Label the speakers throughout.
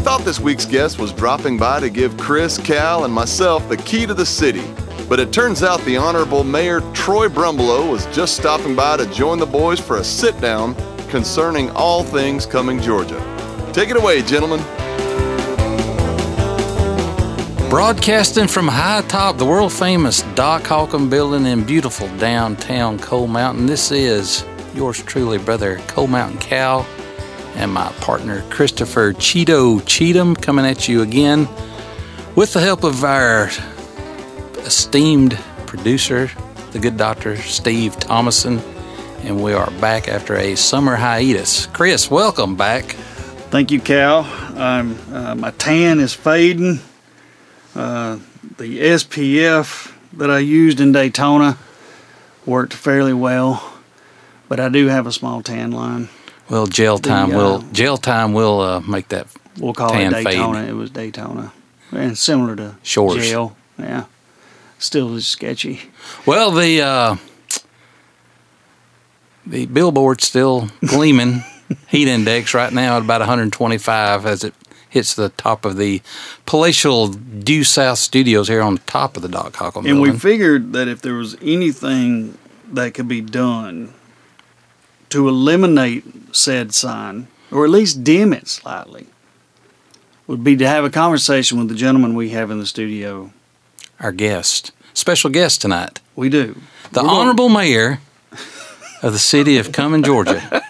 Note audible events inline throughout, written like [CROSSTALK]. Speaker 1: thought this week's guest was dropping by to give Chris, Cal, and myself the key to the city, but it turns out the Honorable Mayor Troy Brumbelow was just stopping by to join the boys for a sit down concerning all things coming Georgia. Take it away, gentlemen.
Speaker 2: Broadcasting from high atop the world famous Doc Holcomb building in beautiful downtown Coal Mountain, this is yours truly, brother Coal Mountain Cal, and my partner Christopher Cheeto Cheatham coming at you again with the help of our esteemed producer, the good doctor Steve Thomason. And we are back after a summer hiatus. Chris, welcome back.
Speaker 3: Thank you, Cal. Um, uh, my tan is fading. Uh, the SPF that I used in Daytona worked fairly well, but I do have a small tan line.
Speaker 2: Well, jail time
Speaker 3: The, uh,
Speaker 2: will jail time will uh, make that
Speaker 3: We'll call
Speaker 2: Tan
Speaker 3: it
Speaker 2: fade.
Speaker 3: Daytona. It was Daytona, and similar to
Speaker 2: Shores.
Speaker 3: jail. Yeah, still is sketchy.
Speaker 2: Well, the uh, the billboard's still gleaming. Heat index right now at about 125 as it hits the top of the palatial due south studios here on the top of the Doc Holcomb
Speaker 3: And
Speaker 2: building.
Speaker 3: we figured that if there was anything that could be done to eliminate said sign, or at least dim it slightly, would be to have a conversation with the gentleman we have in the studio.
Speaker 2: Our guest, special guest tonight,
Speaker 3: We do.
Speaker 2: the
Speaker 3: We're gonna-
Speaker 2: honorable mayor of the city of Cumming, Georgia,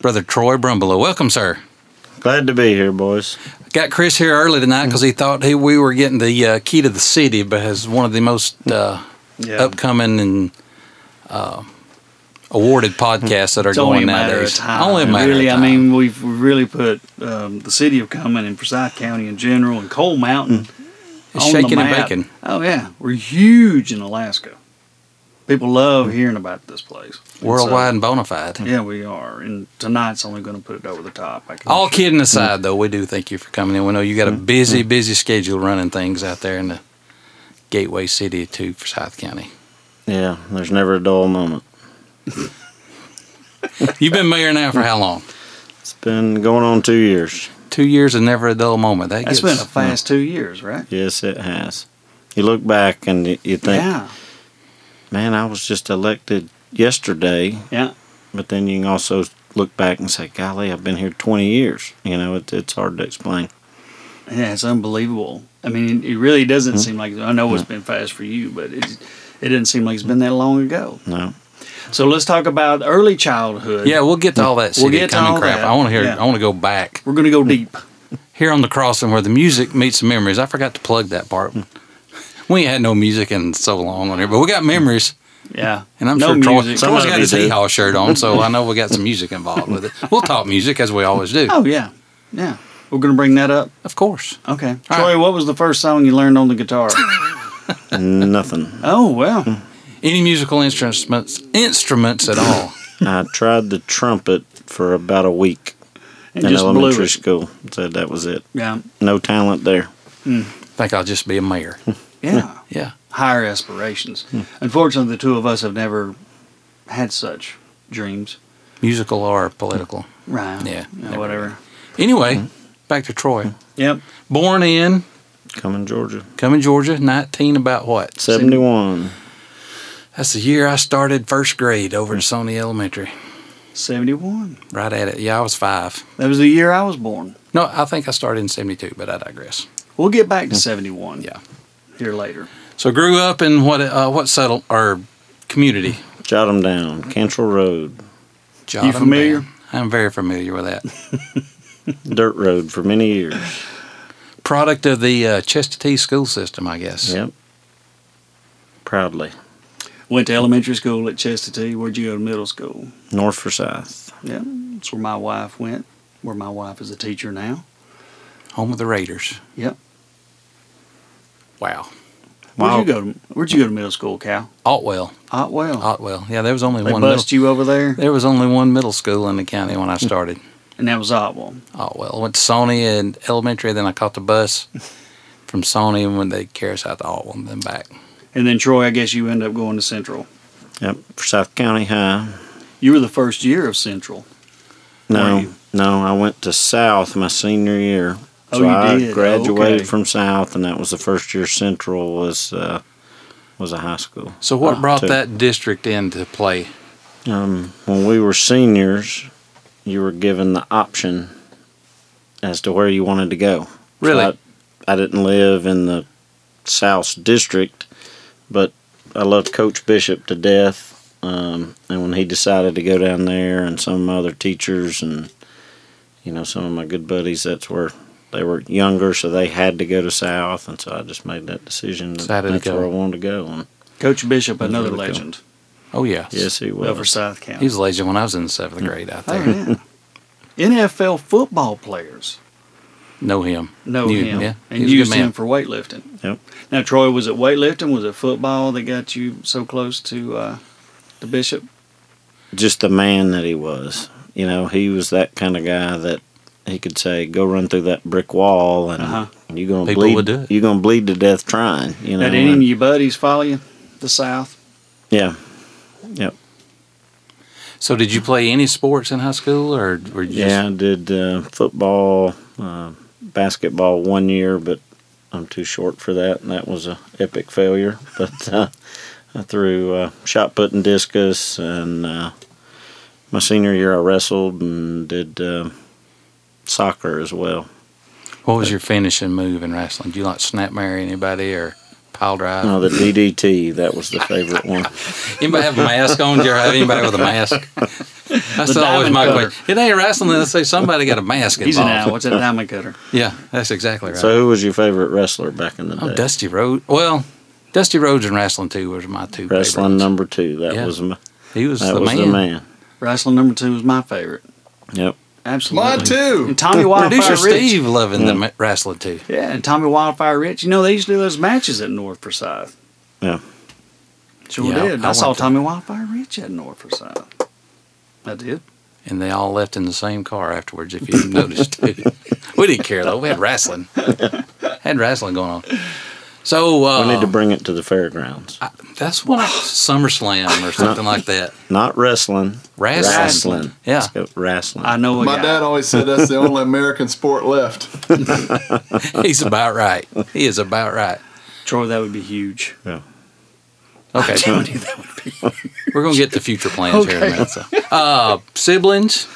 Speaker 2: Brother Troy Brumbelow. Welcome, sir.
Speaker 4: Glad to be here, boys.
Speaker 2: Got Chris here early tonight because he thought he, we were getting the uh, key to the city, but has one of the most uh,
Speaker 3: Yeah.
Speaker 2: upcoming and uh, awarded podcasts that are
Speaker 3: It's only
Speaker 2: going
Speaker 3: a matter of
Speaker 2: nowadays.
Speaker 3: time.
Speaker 2: Only a matter
Speaker 3: really,
Speaker 2: of time.
Speaker 3: I mean, we've we've really put um, the city of Cumming and Forsyth County in general and Coal Mountain
Speaker 2: Mm. It's
Speaker 3: on the
Speaker 2: shaking and
Speaker 3: map.
Speaker 2: baking.
Speaker 3: Oh yeah, we're huge in Alaska. People love hearing about this place
Speaker 2: uh,
Speaker 3: And so-
Speaker 2: worldwide and bona fide.
Speaker 3: yeah, we are, and tonight's only going to put it over the top. I can
Speaker 2: All kidding aside, though, we do thank you for coming in. We know you got a busy, busy schedule running things out there in the gateway city to Forsyth County.
Speaker 4: Yeah, there's never a dull moment.
Speaker 2: You've been mayor now for how long?
Speaker 4: It's been going on two years.
Speaker 2: Two years and never a dull moment. That
Speaker 3: That's
Speaker 2: gets,
Speaker 3: been a fast two years, right?
Speaker 4: Yes, it has. You look back and you, you think,
Speaker 3: Yeah,
Speaker 4: man, I was just elected yesterday.
Speaker 3: yeah.
Speaker 4: But then you can also look back and say, golly, I've been here 20 years. You know, it, it's hard to explain.
Speaker 3: Yeah, it's unbelievable. I mean, it really doesn't
Speaker 2: Hmm.
Speaker 3: seem like I know it's been fast for you, but it it doesn't seem like it's been that long ago. [LAUGHS]
Speaker 4: No.
Speaker 3: So let's talk about early childhood.
Speaker 2: Mm. yeah, we'll get to all that city
Speaker 3: get to
Speaker 2: coming
Speaker 3: all
Speaker 2: crap.
Speaker 3: that.
Speaker 2: I want to hear.
Speaker 3: Yeah.
Speaker 2: I want to go back.
Speaker 3: we're going to go deep.
Speaker 2: here on the crossing where the music meets the memories. I forgot to plug that part.
Speaker 3: Hmm.
Speaker 2: We ain't had no music in so long on here, but we got memories,
Speaker 3: Yeah,
Speaker 2: [LAUGHS] and I'm
Speaker 3: no
Speaker 2: sure Troy,
Speaker 3: music.
Speaker 2: Troy's got
Speaker 4: Somebody
Speaker 2: his
Speaker 4: did.
Speaker 2: hee-haw shirt on, so I know we got some music involved with it. We'll talk music as we always do,
Speaker 3: Oh yeah, yeah. We're going to bring that up.
Speaker 2: of course.
Speaker 3: Okay,
Speaker 2: All
Speaker 3: Troy,
Speaker 2: right.
Speaker 3: what was the first song you learned on
Speaker 2: [LAUGHS]
Speaker 3: the guitar?
Speaker 4: Nothing.
Speaker 3: oh
Speaker 2: Hmm.
Speaker 3: well,
Speaker 2: Any musical instruments, instruments at all?
Speaker 4: I tried the trumpet for about a week
Speaker 3: and
Speaker 4: in
Speaker 3: just blew
Speaker 4: elementary
Speaker 3: it.
Speaker 4: school. So that was it.
Speaker 3: Yeah,
Speaker 4: No talent there.
Speaker 2: think I'll just be a mayor.
Speaker 3: yeah.
Speaker 2: Yeah,
Speaker 3: Higher aspirations. Unfortunately, the two of us have never had such dreams.
Speaker 2: musical or political.
Speaker 3: Right.
Speaker 2: Yeah,
Speaker 3: Yeah,
Speaker 2: never
Speaker 3: whatever.
Speaker 2: Anyway, back to Troy.
Speaker 3: Yep.
Speaker 2: Born in
Speaker 4: Coming, Georgia.
Speaker 2: Cumming, Georgia, nineteen. About what?
Speaker 4: 71.
Speaker 2: That's the year I started first grade over at Sony Elementary.
Speaker 3: Seventy-one.
Speaker 2: Right at it. Yeah, I was five.
Speaker 3: That was the year I was born.
Speaker 2: No, I think I started in 72, but I digress.
Speaker 3: We'll get back to seventy-one.
Speaker 2: Yeah.
Speaker 3: Here later.
Speaker 2: So grew up in what uh, what settle or community?
Speaker 4: Jot 'em down. Cantrell Road.
Speaker 2: Jotham
Speaker 3: familiar?
Speaker 2: Band. I'm very familiar with that.
Speaker 4: Dirt Road for many years.
Speaker 2: Product of the uh, Chester T school system, I guess.
Speaker 4: Yep. Proudly.
Speaker 3: Went to elementary school at Chester T. Where'd you go to middle school?
Speaker 4: North Forsyth.
Speaker 3: Yeah, that's where my wife went. Where my wife is a teacher now.
Speaker 2: Home of the Raiders.
Speaker 3: Yep.
Speaker 2: Wow.
Speaker 3: Where'd
Speaker 4: Wow.
Speaker 3: you go? To, where'd you go to middle school, Cal?
Speaker 2: Otwell.
Speaker 3: Otwell.
Speaker 2: Otwell. Yeah, there was only
Speaker 3: they
Speaker 2: one. Middle,
Speaker 3: bussed you over there,
Speaker 2: there was only one middle school in the county [LAUGHS] when I started.
Speaker 3: and that was Otwell.
Speaker 2: Otwell. I went to Sony and elementary, then I caught the [LAUGHS] bus from Sony, and when they carry us out to Otwell, and then back.
Speaker 3: And then Troy, I guess you end up going to Central.
Speaker 4: Yep. Forsyth County High.
Speaker 3: You were the first year of Central. Were
Speaker 4: No,
Speaker 3: you?
Speaker 4: no, I went to South my senior year.
Speaker 3: Oh,
Speaker 4: so
Speaker 3: you
Speaker 4: I
Speaker 3: did.
Speaker 4: graduated
Speaker 3: Okay.
Speaker 4: from South, and that was the first year Central was uh, was a high school.
Speaker 2: So, what
Speaker 4: Oh,
Speaker 2: brought
Speaker 4: too.
Speaker 2: that district into play?
Speaker 4: Um, when we were seniors, you were given the option as to where you wanted to go. So
Speaker 2: Really?
Speaker 4: I, I didn't live in the South District, but I loved Coach Bishop to death. Um, and when he decided to go down there, and some of my other teachers and you know some of my good buddies, that's where they were younger, so they had to go to South, and so I just made that decision. that
Speaker 2: Decided to
Speaker 4: that's
Speaker 2: go.
Speaker 4: where I wanted to go. And
Speaker 3: Coach Bishop, another
Speaker 4: really cool.
Speaker 3: legend
Speaker 2: Oh, yeah.
Speaker 4: yes, he was.
Speaker 3: over South County.
Speaker 2: He was a legend when I was in seventh grade, I
Speaker 3: oh,
Speaker 2: think.
Speaker 3: [LAUGHS] yeah. NFL football players
Speaker 2: Mm-hmm. Know him.
Speaker 3: know
Speaker 2: Knew
Speaker 3: him
Speaker 2: Yeah.
Speaker 3: and
Speaker 2: he was
Speaker 3: used
Speaker 2: a good man.
Speaker 3: him for weightlifting.
Speaker 4: Yep.
Speaker 3: Now, Troy, was it weightlifting? Was it football that got you so close to uh, the Bishop?
Speaker 4: just the man that he was. You know, he was that kind of guy that he could say, "Go run through that brick wall, and
Speaker 3: Uh-huh.
Speaker 4: you're gonna
Speaker 2: People
Speaker 4: bleed.
Speaker 2: would do it.
Speaker 4: You're gonna bleed to death trying." You know,
Speaker 3: Now, did any of
Speaker 4: and-
Speaker 3: your buddies follow you? The South?
Speaker 4: yeah, yep,
Speaker 2: So, did you play any sports in high school, or were you
Speaker 4: yeah. I did uh, football, uh, basketball one year, but I'm too short for that, and that was a epic failure. [LAUGHS] But uh, I threw uh, shot put and discus, and uh, my senior year I wrestled and did uh, soccer as well.
Speaker 2: just? What was your finishing move in wrestling? Do you like snap marry anybody or pile drive?
Speaker 4: No, the DDT. That was the favorite one.
Speaker 2: Anybody have a mask on? Do you ever have anybody with a mask?
Speaker 4: [LAUGHS]
Speaker 2: That's
Speaker 3: The
Speaker 2: always
Speaker 3: diamond
Speaker 2: my
Speaker 3: cutter.
Speaker 2: question. It ain't wrestling unless they somebody got a mask
Speaker 3: He's an
Speaker 2: involved.
Speaker 3: owl.
Speaker 2: [LAUGHS]
Speaker 3: What's that diamond cutter?
Speaker 2: Yeah, that's exactly right.
Speaker 4: So, uh, who was your favorite wrestler back in the day?
Speaker 2: oh, Dusty Rhodes. Well, Dusty Rhodes and wrestling too was my two.
Speaker 4: Wrestling
Speaker 2: favorites.
Speaker 4: number two. That
Speaker 2: Yeah.
Speaker 4: was my,
Speaker 2: He was,
Speaker 4: that
Speaker 2: the,
Speaker 4: was
Speaker 2: man.
Speaker 4: the man.
Speaker 3: Wrestling number two was my favorite.
Speaker 4: Yep.
Speaker 3: Absolutely.
Speaker 1: Mine too.
Speaker 2: [LAUGHS]
Speaker 3: And Tommy
Speaker 2: Producer
Speaker 3: Wildfire Rich.
Speaker 2: Steve loving the ma- wrestling too.
Speaker 3: Yeah, and Tommy Wildfire Rich. You know, they used to do those matches at North Forsyth.
Speaker 4: Yeah.
Speaker 3: Sure
Speaker 2: Yeah,
Speaker 3: did.
Speaker 2: I
Speaker 3: I, saw
Speaker 2: went to-
Speaker 3: Tommy Wildfire Rich at North Forsyth. I did.
Speaker 2: And they all left in the same car afterwards. If you noticed, too. [LAUGHS] we didn't care though. We had
Speaker 4: [LAUGHS]
Speaker 2: wrestling. had wrestling going on. So uh,
Speaker 4: We need to bring it to the fairgrounds.
Speaker 2: that's what I, SummerSlam or something like that.
Speaker 4: Not wrestling.
Speaker 2: Wrestling.
Speaker 4: Wrestling.
Speaker 2: Yeah. [LAUGHS]
Speaker 4: Let's go wrestling.
Speaker 3: I know a
Speaker 1: My
Speaker 3: guy.
Speaker 1: dad always said that's the [LAUGHS] only American sport left.
Speaker 2: He's about right. He is about right.
Speaker 3: Troy, that would be huge.
Speaker 4: Yeah.
Speaker 2: Okay. We're going to get to future plans here in a minute. So. Uh, siblings.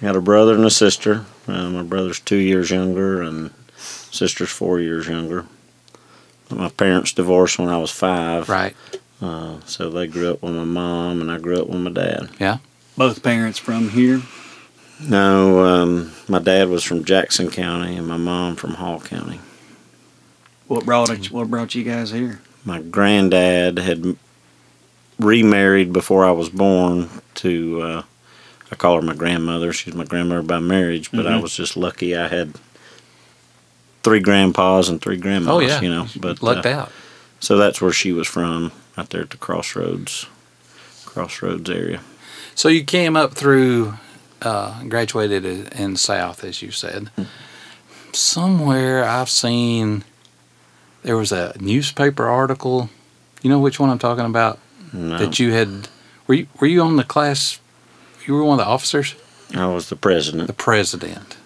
Speaker 4: Got a brother and a sister. Uh, my brother's two years younger, and sister's four years younger. My parents divorced when I was five.
Speaker 2: Right.
Speaker 4: Uh, so they grew up with my mom, and I grew up with my dad.
Speaker 2: Yeah.
Speaker 3: Both parents from here.
Speaker 4: No, um, my dad was from Jackson County, and my mom from Hall County.
Speaker 3: What brought it, what brought you guys here?
Speaker 4: my granddad had m- remarried before I was born to uh, I call her my grandmother. She's my grandmother by marriage, but
Speaker 2: Mm-hmm.
Speaker 4: I was just lucky I had three grandpas and three grandmas.
Speaker 2: Oh, yeah.
Speaker 4: you know, but
Speaker 2: Lucked
Speaker 4: uh,
Speaker 2: out.
Speaker 4: so that's where she was from, out there at the crossroads, crossroads area.
Speaker 2: So you came up through, uh, graduated i- in South, as you said. Somewhere I've seen there was a newspaper article. You know which one I'm talking about?
Speaker 4: No,
Speaker 2: That you had. Were you, were you on the class? You were one of the officers?
Speaker 4: I was the president.
Speaker 2: The president.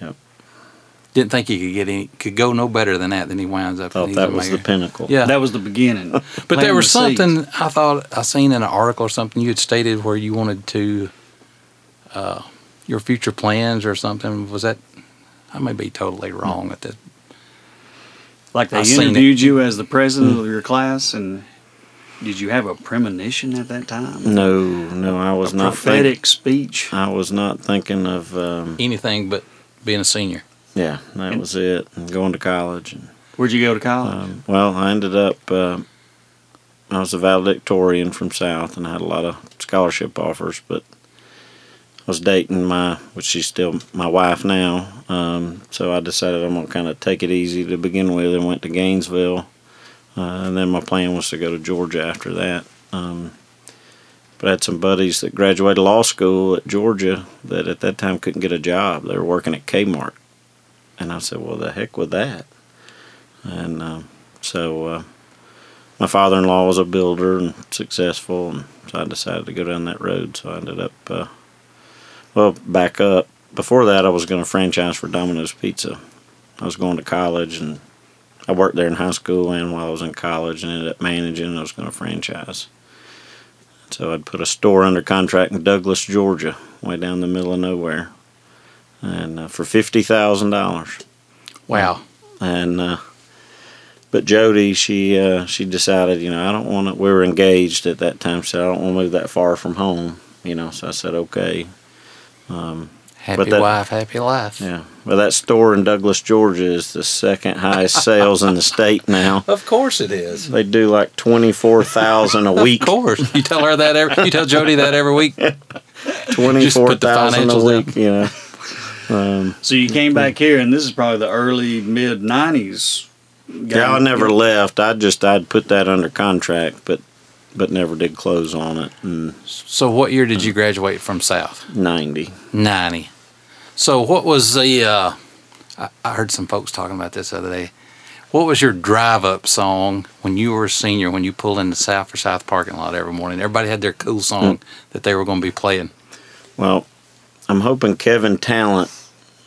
Speaker 4: Yep.
Speaker 2: Didn't think he could get any, could go no better than that. Then he winds up.
Speaker 4: Thought
Speaker 2: he's
Speaker 4: that
Speaker 2: a
Speaker 4: was the
Speaker 2: mayor.
Speaker 4: pinnacle.
Speaker 2: Yeah.
Speaker 3: That was the
Speaker 2: [LAUGHS]
Speaker 3: beginning.
Speaker 2: But
Speaker 3: Planting
Speaker 2: there was
Speaker 3: the seeds.
Speaker 2: something I thought I seen in an article or something you had stated where you wanted to, uh, your future plans or something. Was that? I may be totally wrong at this.
Speaker 3: Like they
Speaker 2: I seen it. Mm.
Speaker 3: interviewed you as the president of your class, and did you have a premonition at that time?
Speaker 4: No, no, I was not Uh,
Speaker 3: prophetic
Speaker 4: thinking.
Speaker 3: speech.
Speaker 4: I was not thinking of. Um,
Speaker 2: Anything but being a senior.
Speaker 4: yeah, that was it. And going to college and
Speaker 3: Where'd you go to college?
Speaker 4: Um, well, I ended up. Uh, I was a valedictorian from South, and I had a lot of scholarship offers, but I was dating my, which she's still my wife now. Um, so I decided I'm gonna kind of take it easy to begin with, and went to Gainesville, uh, and then my plan was to go to Georgia after that. Um, but I had some buddies that graduated law school at Georgia that at that time couldn't get a job. They were working at Kmart, and I said, "Well, the heck with that." and um, so uh, my father-in-law was a builder and successful, and so I decided to go down that road. So I ended up uh, Well, back up. Before that, I was going to franchise for Domino's Pizza. I was going to college and I worked there in high school and while I was in college and ended up managing. and I was going to franchise. So I'd put a store under contract in Douglas, Georgia, way down the middle of nowhere, and uh, for fifty thousand dollars.
Speaker 2: Wow.
Speaker 4: And uh, but Jody, she uh, she decided, you know, I don't want to. We were engaged at that time, so I don't want to move that far from home, you know. So I said, okay. Um,
Speaker 2: Happy
Speaker 4: that-
Speaker 2: wife, happy life.
Speaker 4: yeah. Well, that store in Douglas, Georgia, is the second highest sales in the state now.
Speaker 2: Of course it is.
Speaker 4: They do like twenty four thousand a week.
Speaker 2: Of course. [LAUGHS] You tell her that every you tell Jody that every week.
Speaker 4: Twenty four
Speaker 2: put the
Speaker 4: thousand a
Speaker 2: financials
Speaker 4: week. You know. Um,
Speaker 3: So you came back here, and this is probably the early mid '90s.
Speaker 4: yeah, I never left. I just I'd put that under contract, but but never did close on it in
Speaker 2: So what year did you graduate from South?
Speaker 4: ninety.
Speaker 2: 90. So, what was the, uh, I, I heard some folks talking about this the other day. What was your drive up song when you were a senior when you pulled into South or South parking lot every morning? Everybody had their cool song
Speaker 4: Hmm.
Speaker 2: that they were going to be playing.
Speaker 4: Well, I'm hoping Kevin Talent,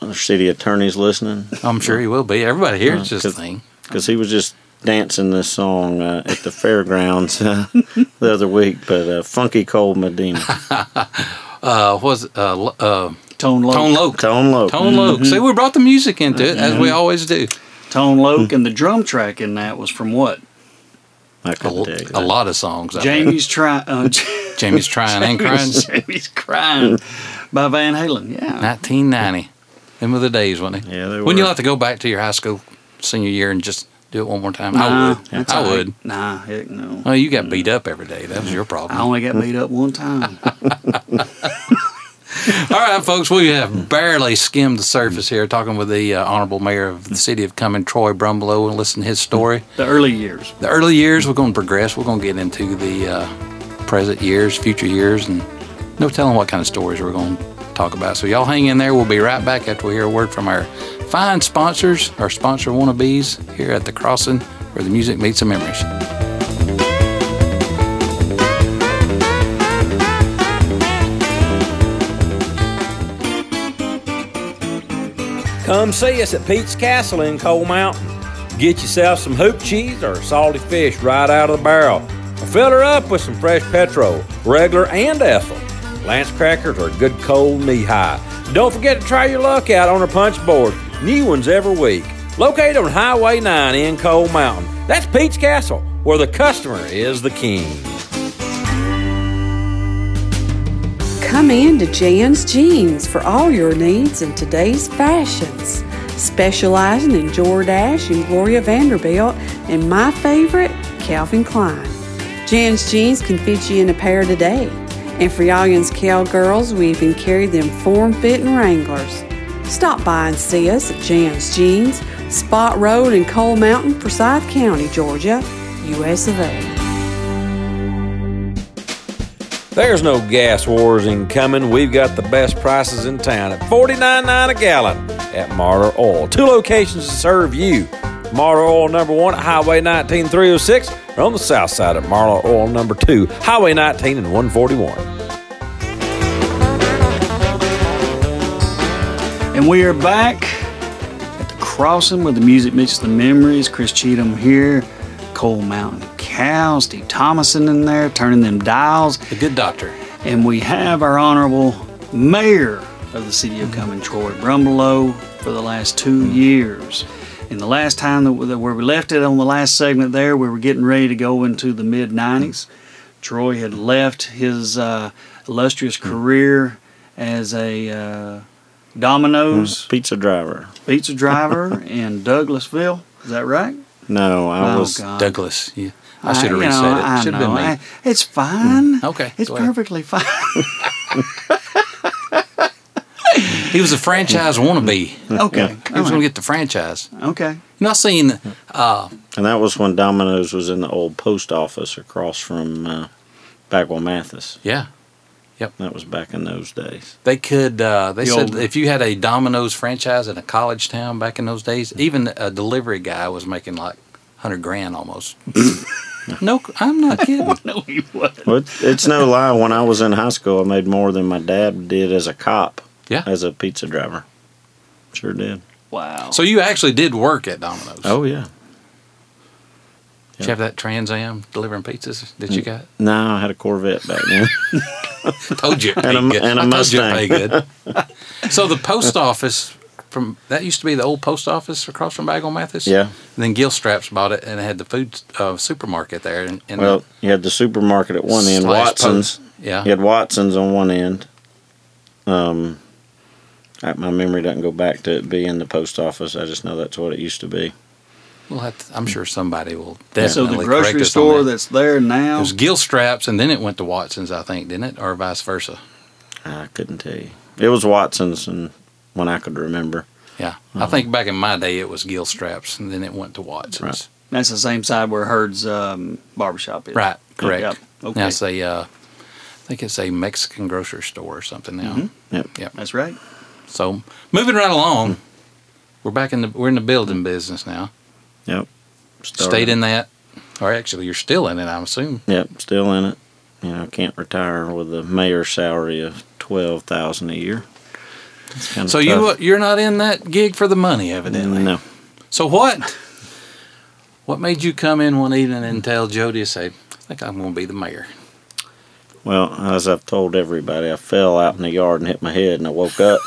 Speaker 4: our city attorney's listening,
Speaker 2: I'm sure he will be. Everybody hears
Speaker 4: Yeah,
Speaker 2: this
Speaker 4: 'cause-
Speaker 2: thing.
Speaker 4: because he was just dancing this song uh, at the fairgrounds [LAUGHS] uh, the other week. But uh, Funky Cold Medina,
Speaker 2: Uh, was uh, Lo- uh,
Speaker 3: Tone Loc.
Speaker 2: Tone Loke.
Speaker 4: Tone Loc.
Speaker 2: Tone Loke.
Speaker 4: Mm-hmm.
Speaker 2: See, we brought the music into it as we always do.
Speaker 3: Tone Loc,
Speaker 2: Hmm.
Speaker 3: and the drum track in that was from what?
Speaker 4: I
Speaker 2: A,
Speaker 4: couldn't tell you
Speaker 2: a
Speaker 4: that.
Speaker 2: lot of songs. Oh, I bet.
Speaker 3: Jamie's trying. Uh,
Speaker 2: Jamie's trying
Speaker 3: [LAUGHS]
Speaker 2: and crying.
Speaker 3: Jamie's crying by Van Halen. Yeah.
Speaker 2: 1990. Them were the days, wasn't they?
Speaker 4: Yeah, they
Speaker 2: Wouldn't you
Speaker 4: were.
Speaker 2: like to go back to your high school senior year and just do it one more time? I
Speaker 3: Nah,
Speaker 2: would.
Speaker 3: that's
Speaker 2: I
Speaker 3: all right.
Speaker 2: would.
Speaker 3: Nah, heck no.
Speaker 2: Oh, you got beat up every day. That was your problem.
Speaker 3: I only got beat up one time.
Speaker 2: All right, folks, we have barely skimmed the surface here talking with the uh, Honorable Mayor of the City of Cumming, Troy Brumlow, and listen to his story.
Speaker 3: the early years.
Speaker 2: The early years, we're going to progress. We're going to get into the uh, present years, future years, and no telling what kind of stories we're going to talk about. So, y'all hang in there. We'll be right back after we hear a word from our fine sponsors, our sponsor wannabes here at The Crossing, where the music meets the memories.
Speaker 5: Come see us at Pete's Castle in Coal Mountain. Get yourself some hoop cheese or salty fish right out of the barrel. Or fill her up with some fresh petrol, regular and Ethel. Lance crackers are a good cold knee high. Don't forget to try your luck out on our punch board. New ones every week. Located on Highway 9 in Coal Mountain. That's Pete's Castle, where the customer is the king.
Speaker 6: Come in to Jan's Jeans for all your needs in today's fashions. Specializing in Jordache and Gloria Vanderbilt, and my favorite, Calvin Klein. Jan's Jeans can fit you in a pair today. And for y'all yin's cowgirls, we even carry them form fitting Wranglers. Stop by and see us at Jan's Jeans, Spot Road in Coal Mountain, Forsyth County, Georgia, US of A.
Speaker 5: There's no gas wars incoming. We've got the best prices in town at $49.9 a gallon at Martyr Oil. Two locations to serve you. Martyr Oil number one at Highway 19 306 or on the south side at Martyr Oil number two, Highway 19 and 141.
Speaker 3: And we are back at the crossing where the music meets the memories. Chris Cheatham here, Cole Mountain Cow, Steve Thomason in there, turning them dials.
Speaker 2: The good doctor.
Speaker 3: And we have our honorable mayor of the city of Cumming, Troy Brumbelow, for the last two
Speaker 2: Mm-hmm.
Speaker 3: years. And the last time that we, that where we left it on the last segment there, we were getting ready to go into the mid 90s. Troy had left his uh, illustrious
Speaker 2: Mm-hmm.
Speaker 3: career as a uh, Domino's
Speaker 4: Pizza driver.
Speaker 2: Mm-hmm. [LAUGHS]
Speaker 3: pizza driver in Douglasville. Is that right?
Speaker 4: No, I was.
Speaker 3: God.
Speaker 2: Douglas. Yeah. I should have
Speaker 3: you know,
Speaker 2: reset
Speaker 3: I
Speaker 2: it. Should have been
Speaker 3: know.
Speaker 2: me.
Speaker 3: I- it's fine.
Speaker 2: Okay,
Speaker 3: It's
Speaker 2: go ahead.
Speaker 3: perfectly fine. [LAUGHS]
Speaker 2: He was a franchise wannabe. He was
Speaker 3: okay. all
Speaker 2: going to
Speaker 3: right,
Speaker 2: get the franchise. You
Speaker 3: Okay.
Speaker 2: know, I seen
Speaker 4: And that was when Domino's was in the old post office across from uh, Bagwell Mathis.
Speaker 2: Yeah.
Speaker 4: That was back in those days.
Speaker 2: They could. Uh, they
Speaker 3: The
Speaker 2: said
Speaker 3: old-
Speaker 2: if you had a Domino's franchise in a college
Speaker 4: [LAUGHS]
Speaker 2: town back in those days, even a delivery guy was making like hundred grand almost. No, I'm not kidding.
Speaker 3: No, he wasn't.
Speaker 4: Well, it's, it's no lie. When I was in high school, I made more than my dad did as a cop,
Speaker 2: Yeah.
Speaker 4: as a pizza driver. Sure did.
Speaker 3: Wow.
Speaker 2: So you actually did work at Domino's.
Speaker 4: Oh yeah.
Speaker 2: Did you have that Trans Am delivering pizzas
Speaker 4: Mm.
Speaker 2: that you got?
Speaker 4: No, I had a Corvette back
Speaker 2: [LAUGHS]
Speaker 4: then.
Speaker 2: Told you, it paid
Speaker 4: [LAUGHS] And a-
Speaker 2: good.
Speaker 4: and a
Speaker 2: I told you it
Speaker 4: Mustang.
Speaker 2: paid good.
Speaker 4: [LAUGHS]
Speaker 2: so the post office from that used to be the old post office across from Bagel Mathis.
Speaker 4: Yeah.
Speaker 2: And then Gilstraps bought it and had the food uh, supermarket there. And, and
Speaker 4: well, you had the supermarket at one end,
Speaker 2: Slash
Speaker 4: Watson's.
Speaker 2: post. yeah,
Speaker 4: You had Watson's on one end. Um, I, my memory doesn't go back to it being the post office. I just know that's what it used to be.
Speaker 2: we'll have to, I'm sure somebody will
Speaker 3: so
Speaker 2: definitely.
Speaker 3: the
Speaker 2: correct
Speaker 3: grocery
Speaker 2: us on
Speaker 3: store
Speaker 2: that.
Speaker 3: that's there
Speaker 2: it
Speaker 3: now.
Speaker 2: was Gilstraps, and then it went to Watson's, I think, didn't it, or vice versa?
Speaker 4: I couldn't tell you. It was Watson's, and when I could remember.
Speaker 2: Yeah,
Speaker 3: Uh-huh.
Speaker 2: I think back in my day it was Gilstraps, and then it went to Watson's.
Speaker 4: Right.
Speaker 3: That's the same side where Herd's um, barbershop is.
Speaker 2: Right, correct.
Speaker 3: Yep. Okay.
Speaker 2: Now it's a, uh, I think it's a Mexican grocery store or something now.
Speaker 3: Mm-hmm.
Speaker 4: Yep.
Speaker 2: Yep.
Speaker 3: That's right.
Speaker 2: So moving right along, we're back in the we're in the building business now.
Speaker 4: Yep.
Speaker 2: Stayed in that, or actually you're still in it. I'm assuming.
Speaker 4: Yep, still in it. You know, can't retire with a mayor's salary of twelve thousand a year. It's kinda
Speaker 2: So you
Speaker 4: tough.
Speaker 2: you're not in that gig for the money, evidently.
Speaker 4: no.
Speaker 2: So what? What made you come in one evening and tell Jody to say, "I think I'm going to be the mayor"? [LAUGHS]
Speaker 4: Well, as I've told everybody, I fell out in the yard and hit my head, and I
Speaker 3: [LAUGHS]
Speaker 4: woke up,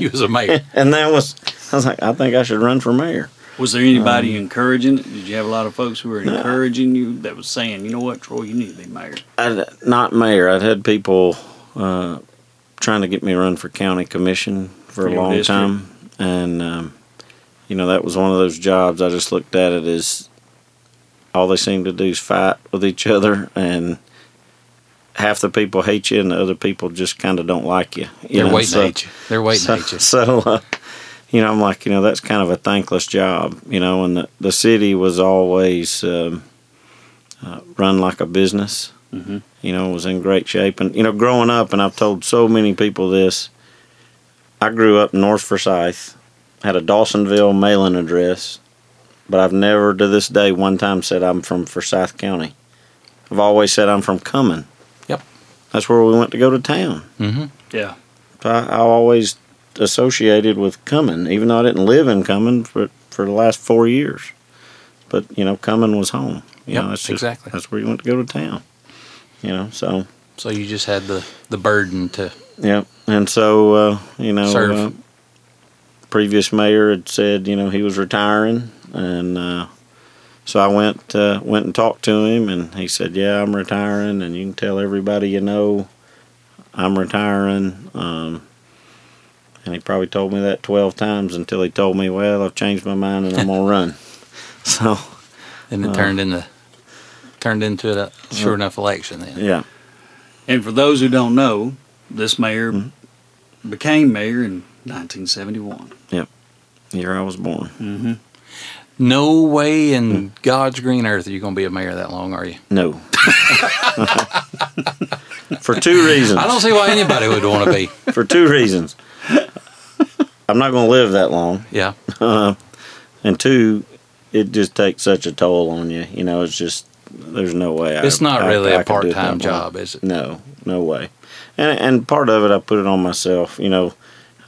Speaker 2: you was a
Speaker 4: [LAUGHS]
Speaker 2: mayor.
Speaker 4: and that was. I was like, I think I should run for mayor.
Speaker 3: Was there anybody
Speaker 2: Um,
Speaker 3: encouraging it? Did you have a lot of
Speaker 2: [CLEARS THROAT]
Speaker 3: folks who were encouraging you that was saying, you know what, Troy, you need to be mayor?
Speaker 4: I'd, not mayor. I'd had people uh, trying to get me to run for county commission for a
Speaker 3: your
Speaker 4: long
Speaker 3: district.
Speaker 4: time, and um, you know that was one of those jobs. I just looked at it as all they seem to do is fight with each other, and half the people hate you, and the other people just kind of don't like you. you
Speaker 2: They're
Speaker 4: know,
Speaker 2: waiting
Speaker 4: so-
Speaker 2: at you. They're waiting
Speaker 4: so,
Speaker 2: at you.
Speaker 4: so, uh, you know, I'm like, you know, that's kind of a thankless job, you know, and the, the city was always um, uh, run like a business,
Speaker 2: Mm-hmm.
Speaker 3: Mhm.
Speaker 4: you know, was in great shape. And, you know, growing up, and I've told so many people this, I grew up in North Forsyth, had a Dawsonville mailing address, but I've never to this day one time said I'm from Forsyth County. I've always said I'm from Cumming.
Speaker 2: Yep.
Speaker 4: That's where we went to go to town.
Speaker 2: Mm-hmm.
Speaker 3: Yeah.
Speaker 4: So I, I always associated with Cumming, even though I didn't live in Cumming for for the last four years. But you know, Cumming was home. You
Speaker 2: Yep,
Speaker 4: know, that's just,
Speaker 2: exactly.
Speaker 4: That's where you went to go to town. You know, so
Speaker 2: So you just had the the burden to
Speaker 4: yeah, and so uh, you know,
Speaker 2: Serve.
Speaker 4: uh, previous mayor had said you know he was retiring, and uh, so I went uh, went and talked to him, and he said, "Yeah, I'm retiring, and you can tell everybody you know I'm retiring." Um, and he probably told me that twelve times until he told me, "Well, I've changed my mind and I'm gonna
Speaker 2: [LAUGHS]
Speaker 4: run." So
Speaker 2: And it
Speaker 4: Uh-huh.
Speaker 2: turned into turned into a sure enough election then.
Speaker 4: yeah,
Speaker 3: And for those who don't know, this mayor
Speaker 2: Mm-hmm.
Speaker 3: became mayor in 1971.
Speaker 4: the year I was born.
Speaker 2: No way in God's green earth are you going to be a mayor that long, are you?
Speaker 4: No. [LAUGHS] For two reasons.
Speaker 2: I don't see why anybody would want to be. [LAUGHS]
Speaker 4: for two reasons. I'm not going to live that long, Uh,
Speaker 2: Yeah,
Speaker 4: and two, it just takes such a toll on you. You know, it's just there's no way. I-
Speaker 2: it's not
Speaker 4: I-
Speaker 2: really
Speaker 4: I
Speaker 2: a
Speaker 4: could do
Speaker 2: part
Speaker 4: it that
Speaker 2: time
Speaker 4: long.
Speaker 2: job, is it?
Speaker 4: No, no way. And and part of it, I put it on myself. You know,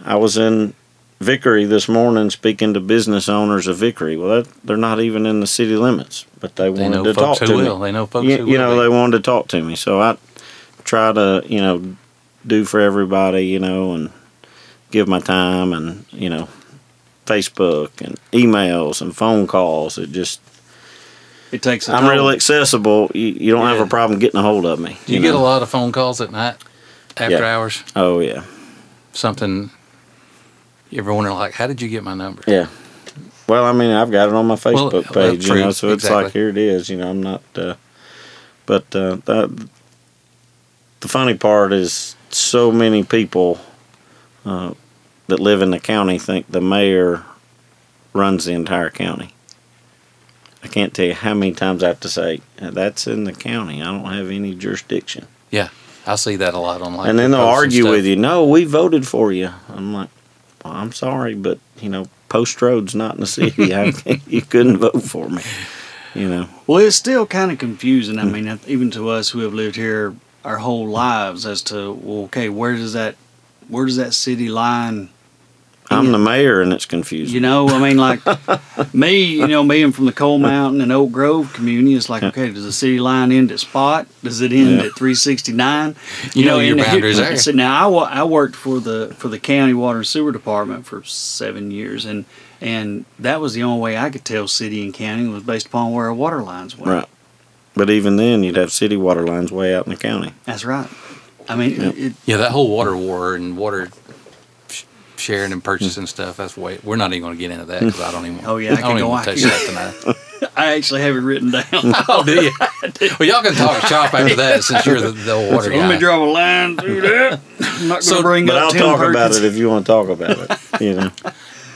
Speaker 4: I was in Vickery this morning speaking to business owners of Vickery. Well, that, they're not even in the city limits, but they
Speaker 2: They
Speaker 4: wanted
Speaker 2: know
Speaker 4: to talk
Speaker 2: folks
Speaker 4: to
Speaker 2: who
Speaker 4: me
Speaker 2: will. They know folks
Speaker 4: you,
Speaker 2: who
Speaker 4: you know
Speaker 2: will.
Speaker 4: they
Speaker 2: be.
Speaker 4: wanted to talk to me so i try to you know do for everybody you know and give my time and you know facebook and emails and phone calls it just
Speaker 3: It takes a
Speaker 4: i'm
Speaker 3: toll.
Speaker 4: real accessible you, you don't have
Speaker 2: Yeah.
Speaker 4: a problem getting a hold of me
Speaker 2: Do you get
Speaker 4: know?
Speaker 2: a lot of phone calls at night, after
Speaker 4: Yeah.
Speaker 2: hours?
Speaker 4: oh yeah
Speaker 2: Something. You ever wonder like, how did you get my number?
Speaker 4: yeah well i mean i've got it on my
Speaker 2: Well,
Speaker 4: facebook
Speaker 2: well,
Speaker 4: page
Speaker 2: true.
Speaker 4: you know so it's
Speaker 2: Exactly.
Speaker 4: like here it is you know i'm not uh, but uh, that, the funny part is so many people uh, that live in the county think the mayor runs the entire county. I can't tell you how many times I have to say that's in the county. I don't have any jurisdiction.
Speaker 2: Yeah, I see that a lot online.
Speaker 4: and then they'll argue with you. No, we voted for you. I'm like, well,
Speaker 3: [LAUGHS]
Speaker 4: I'm sorry, but you know, Post Road's not in the city. I, you couldn't vote for me. you know.
Speaker 3: Well, it's still kind of confusing.
Speaker 2: Mm-hmm.
Speaker 3: I mean, even to us who have lived here our whole lives, as to well, okay, where does that where does that city line?
Speaker 4: I'm the mayor, and it's confusing.
Speaker 3: You know, I mean,
Speaker 4: [LAUGHS]
Speaker 3: like me, you know, being from the Coal Mountain and Oak Grove community, it's like, okay, does the city line end at Spot? Does it end at 369?
Speaker 2: You know your
Speaker 3: and
Speaker 2: boundaries
Speaker 3: here-
Speaker 2: there.
Speaker 3: So now I, wa- I worked for the for the county water and sewer department for seven years, and and that was the only way I could tell city and county was based upon where our water lines went.
Speaker 4: Right. But even then, you'd have city water lines way out in the county.
Speaker 3: That's right. I mean, it,
Speaker 2: Yeah, that whole water war and water sh- sharing and
Speaker 4: Mm-hmm.
Speaker 2: purchasing stuff. That's way we're not even going to get into that because I don't even.
Speaker 3: [LAUGHS] Oh, yeah, I
Speaker 2: I
Speaker 3: could
Speaker 2: don't
Speaker 3: go
Speaker 2: even
Speaker 3: on.
Speaker 2: wanna touch that
Speaker 3: [LAUGHS]
Speaker 2: tonight.
Speaker 3: I actually have it written
Speaker 4: [LAUGHS]
Speaker 3: down. [LAUGHS]
Speaker 2: oh, do [LAUGHS] you? Well, y'all can talk shop after that since you're the, the
Speaker 3: [LAUGHS]
Speaker 2: old water
Speaker 3: Let me
Speaker 2: guy.
Speaker 3: draw a line through that. I'm not going to
Speaker 2: So-
Speaker 3: bring
Speaker 4: But
Speaker 3: up
Speaker 4: I'll
Speaker 3: Tim
Speaker 4: talk about
Speaker 3: Perkins.
Speaker 4: it if you want to talk about it. You know,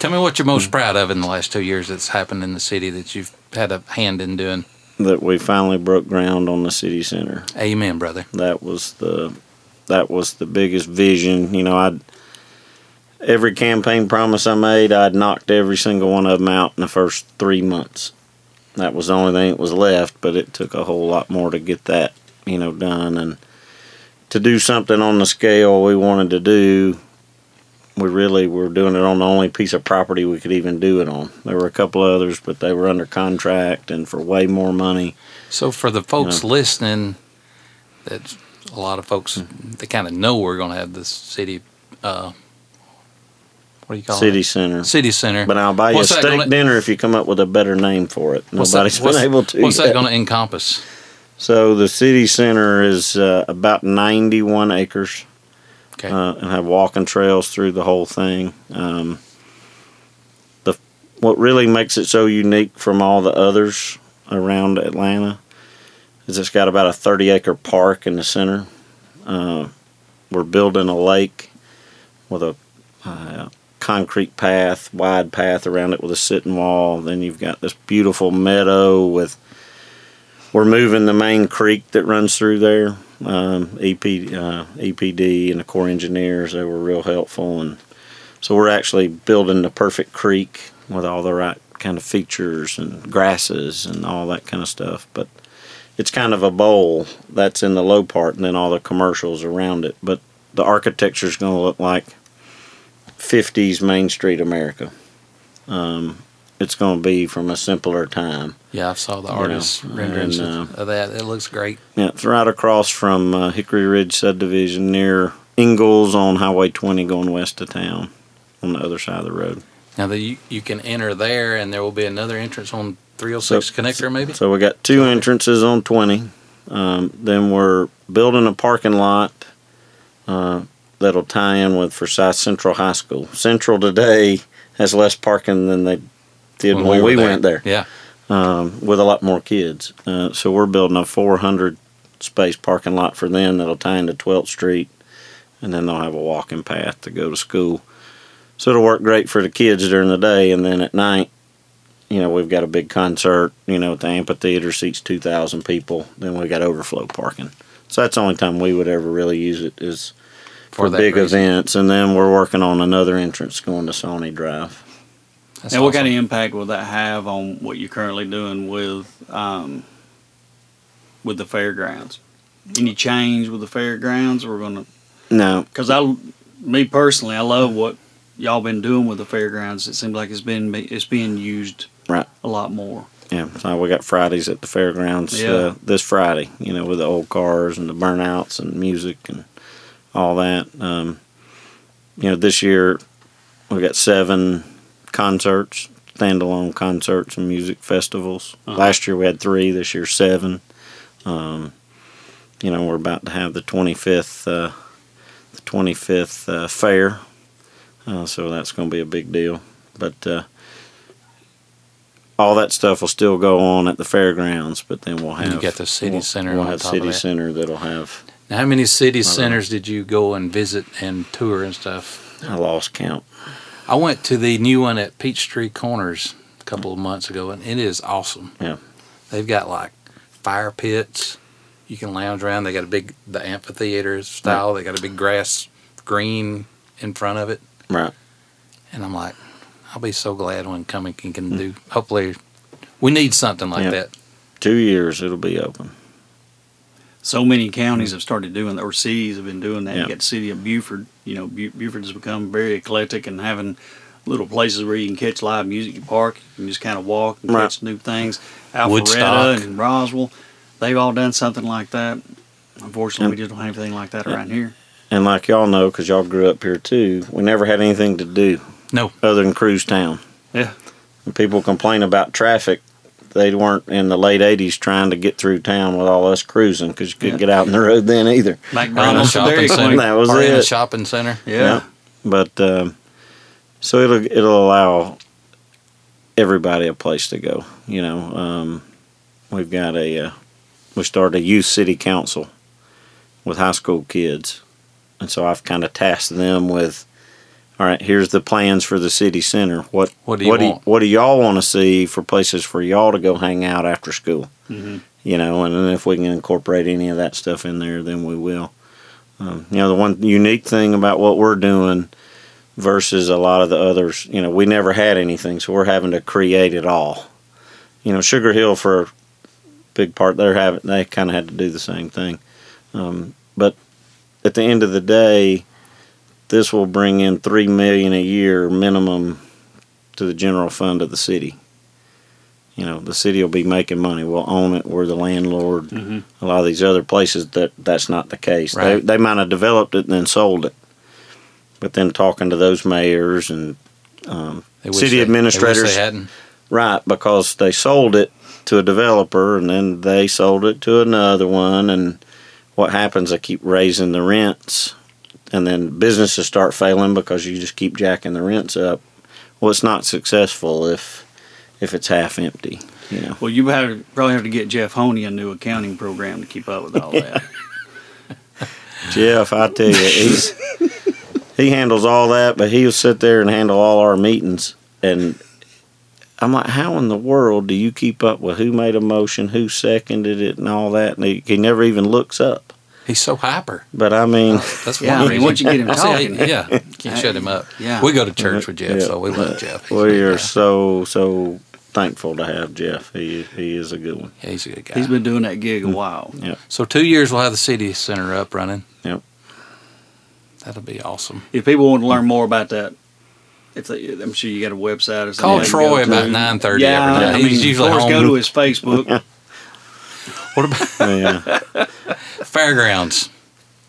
Speaker 2: Tell me what you're
Speaker 4: Mm-hmm.
Speaker 2: most proud of in the last two years that's happened in the city that you've had a hand in doing.
Speaker 4: that we finally broke ground on the city center.
Speaker 2: Amen, brother.
Speaker 4: that was the that was the biggest vision you know i'd every campaign promise i made i'd knocked every single one of them out in the first three months that was the only thing that was left but it took a whole lot more to get that you know done and to do something on the scale we wanted to do we really were doing it on the only piece of property we could even do it on there were a couple others but they were under contract and for way more money
Speaker 2: So for the folks listening, that's a lot of folks
Speaker 4: Mm.
Speaker 2: that kind of know we're going to have this city. Uh, what do you call
Speaker 4: city
Speaker 2: it?
Speaker 4: center
Speaker 2: City center.
Speaker 4: But I'll buy you
Speaker 2: What's
Speaker 4: a
Speaker 2: that
Speaker 4: steak
Speaker 2: gonna-
Speaker 4: dinner if you come up with a better name for it.
Speaker 2: [LAUGHS] What's that-
Speaker 4: Nobody's
Speaker 2: what's-
Speaker 4: been able to.
Speaker 2: What's
Speaker 4: yet.
Speaker 2: that going to encompass?
Speaker 4: So the city center is uh, about 91 acres
Speaker 2: Okay.
Speaker 4: uh, and have walking trails through the whole thing. Um, the what really makes it so unique from all the others around Atlanta is it's got about a 30 acre park in the center. Uh, we're building a lake with a uh, concrete path, wide path around it with a sitting wall. Then you've got this beautiful meadow with. We're moving the main creek that runs through there um, EP, uh, EPD and the Corps engineers. They were real helpful, and so we're actually building the perfect creek with all the right kind of features and grasses and all that kind of stuff. But it's kind of a bowl that's in the low part, and then all the commercials around it. But the architecture is going to look like 50s Main Street America. Um, it's going to be from a simpler time.
Speaker 2: yeah, I saw the
Speaker 4: know,
Speaker 2: artist renderings
Speaker 4: and, uh,
Speaker 2: of, of that. It looks great.
Speaker 4: Yeah, it's right across from uh, Hickory Ridge subdivision near Ingalls on Highway 20 going west of town on the other side of the road.
Speaker 2: Now that you, you can enter there, and there will be another entrance on 306 connector, maybe.
Speaker 4: So we got two entrances on 20. Um, then we're building a parking lot uh, that'll tie in with Forsyth Central High School. Central today has less parking than they did when, we,
Speaker 2: were
Speaker 4: went there.
Speaker 2: Yeah.
Speaker 4: um, with a lot more kids. Uh, so we're building a 400 space parking lot for them that'll tie into 12th Street, and then they'll have a walking path to go to school. So it'll work great for the kids during the day, and then at night, you know, we've got a big concert, you know, at the amphitheater seats 2,000 people. Then we've got overflow parking. So that's the only time we would ever really use it is for,
Speaker 2: that
Speaker 4: big
Speaker 2: reason.
Speaker 4: events. And then we're working on another entrance going to Sony Drive.
Speaker 2: That's
Speaker 3: And what kind
Speaker 2: awesome.
Speaker 3: of impact will that have on what you're currently doing with um, with the fairgrounds? Any change with the fairgrounds? We're gonna
Speaker 4: Now,
Speaker 3: because I, me personally, I love what y'all been doing with the fairgrounds. It seems like it's been it's being used
Speaker 4: Right.
Speaker 3: a lot more.
Speaker 4: Yeah, so we got Fridays at the fairgrounds
Speaker 3: Yeah.
Speaker 4: uh, this Friday, you know, with the old cars and the burnouts and music and all that. Um, you know, this year we got seven concerts, standalone concerts and music festivals. Last year we had three, this year seven. Um, you know, we're about to have the 25th, uh, the 25th uh, fair, uh, so that's going to be a big deal. But, uh, all that stuff will still go on at the fairgrounds, but then we'll
Speaker 2: And
Speaker 4: have
Speaker 2: you got the city
Speaker 4: we'll-
Speaker 2: center
Speaker 4: We'll
Speaker 2: on
Speaker 4: have
Speaker 2: top of
Speaker 4: city
Speaker 2: that.
Speaker 4: center that'll have.
Speaker 2: Now, how many city
Speaker 4: don't know.
Speaker 2: centers did you go and visit and tour and stuff?
Speaker 4: I lost count.
Speaker 2: I went to the new one at Peachtree Corners a couple of months ago, and it is awesome.
Speaker 4: Yeah.
Speaker 2: They've got like fire pits. You can lounge around. They got a big the amphitheater style. They got a big grass green in front of it,
Speaker 4: Right.
Speaker 2: and I'm
Speaker 3: Hmm.
Speaker 2: like, I'll be so glad when Cumming can, can do. Hopefully, we need something like
Speaker 4: Yeah.
Speaker 2: that.
Speaker 4: Two years it'll be open.
Speaker 3: So many counties have started doing, or cities have been doing that.
Speaker 4: Yeah.
Speaker 3: You got the city of Buford. You know, Bu- Buford's become very eclectic and having little places where you can catch live music. You park, you can just kind of walk and
Speaker 4: Right.
Speaker 3: catch new things.
Speaker 2: Woodstock.
Speaker 3: Alpharetta and Roswell, they've all done something like that. Unfortunately, we just don't have anything like that around here.
Speaker 4: And like y'all know, because y'all grew up here too, we never had anything to do
Speaker 2: No.
Speaker 4: other than cruise town.
Speaker 3: Yeah.
Speaker 4: When people complain about traffic, they weren't in the late 80s trying to get through town with all us cruising because you couldn't
Speaker 3: Yeah.
Speaker 4: get out on the road then either.
Speaker 2: Or in a
Speaker 3: McDonald's and Dairy
Speaker 2: shopping center.
Speaker 3: Queen.
Speaker 4: That was
Speaker 2: or in a
Speaker 4: it.
Speaker 2: shopping center.
Speaker 3: Yeah.
Speaker 4: But um, so it'll it'll allow everybody a place to go. You know, um, we've got a uh, we started a youth city council with high school kids, and so I've kind of tasked them with, all right, here's the plans for the city center. What
Speaker 2: What do you
Speaker 4: what do,
Speaker 2: want?
Speaker 4: what do y'all want to see for places for y'all to go hang out after school?
Speaker 2: Mm-hmm.
Speaker 3: Mhm.
Speaker 4: You know, and then if we can incorporate any of that stuff in there, then we will. Um, you know, the one unique thing about what we're doing versus a lot of the others, you know, we never had anything, so we're having to create it all. You know, Sugar Hill for a big part, they're having they kind of had to do the same thing. Um, but at the end of the day, this will bring in three million a year minimum to the general fund of the city. You know, the city will be making money. We'll own it. We're the landlord. A lot of these other places that that's not the case. They
Speaker 2: Mm-hmm. Right.
Speaker 4: they might have developed it and then sold it, but then talking to those mayors and um,
Speaker 2: They wish
Speaker 4: City
Speaker 2: they- they wish
Speaker 4: administrators-
Speaker 2: They hadn't.
Speaker 4: Right, because they sold it to a developer and then they sold it to another one. And what happens, they keep raising the rents, and then businesses start failing because you just keep jacking the rents up. Well, it's not successful if if it's half empty, you know.
Speaker 3: Well, you have, probably have to get Jeff Honey a new accounting program to keep up with all that.
Speaker 4: Jeff, I tell you, he's he handles all that, but he'll sit there and handle all our meetings. And I'm like, how in the world do you keep up with who made a motion, who seconded it, and all that? And he, he never even looks up.
Speaker 2: He's so hyper.
Speaker 4: But I mean,
Speaker 2: That's one
Speaker 3: Yeah, I mean,
Speaker 2: reason.
Speaker 3: once you get him
Speaker 2: I say,
Speaker 3: talking. [LAUGHS]
Speaker 2: yeah, can't shut him up.
Speaker 3: Yeah.
Speaker 2: we go to [LAUGHS] church with Jeff,
Speaker 4: Yeah.
Speaker 2: so we love Jeff.
Speaker 4: [LAUGHS] we are so so thankful to have Jeff. He he is a good one.
Speaker 2: Yeah, he's a good guy.
Speaker 3: He's been doing that gig a while.
Speaker 2: so two years we'll have the city center up running.
Speaker 4: Yep.
Speaker 2: That'll be awesome.
Speaker 3: If people want to learn more about that, if they, I'm sure you got a website or something.
Speaker 2: Call
Speaker 3: they can
Speaker 2: Troy
Speaker 3: go to.
Speaker 2: about nine thirty
Speaker 3: Yeah,
Speaker 2: every day.
Speaker 3: I mean,
Speaker 2: he's usually
Speaker 3: of course,
Speaker 2: home.
Speaker 3: go to
Speaker 2: [LAUGHS]
Speaker 3: his Facebook.
Speaker 2: what about
Speaker 4: Yeah,
Speaker 2: fairgrounds?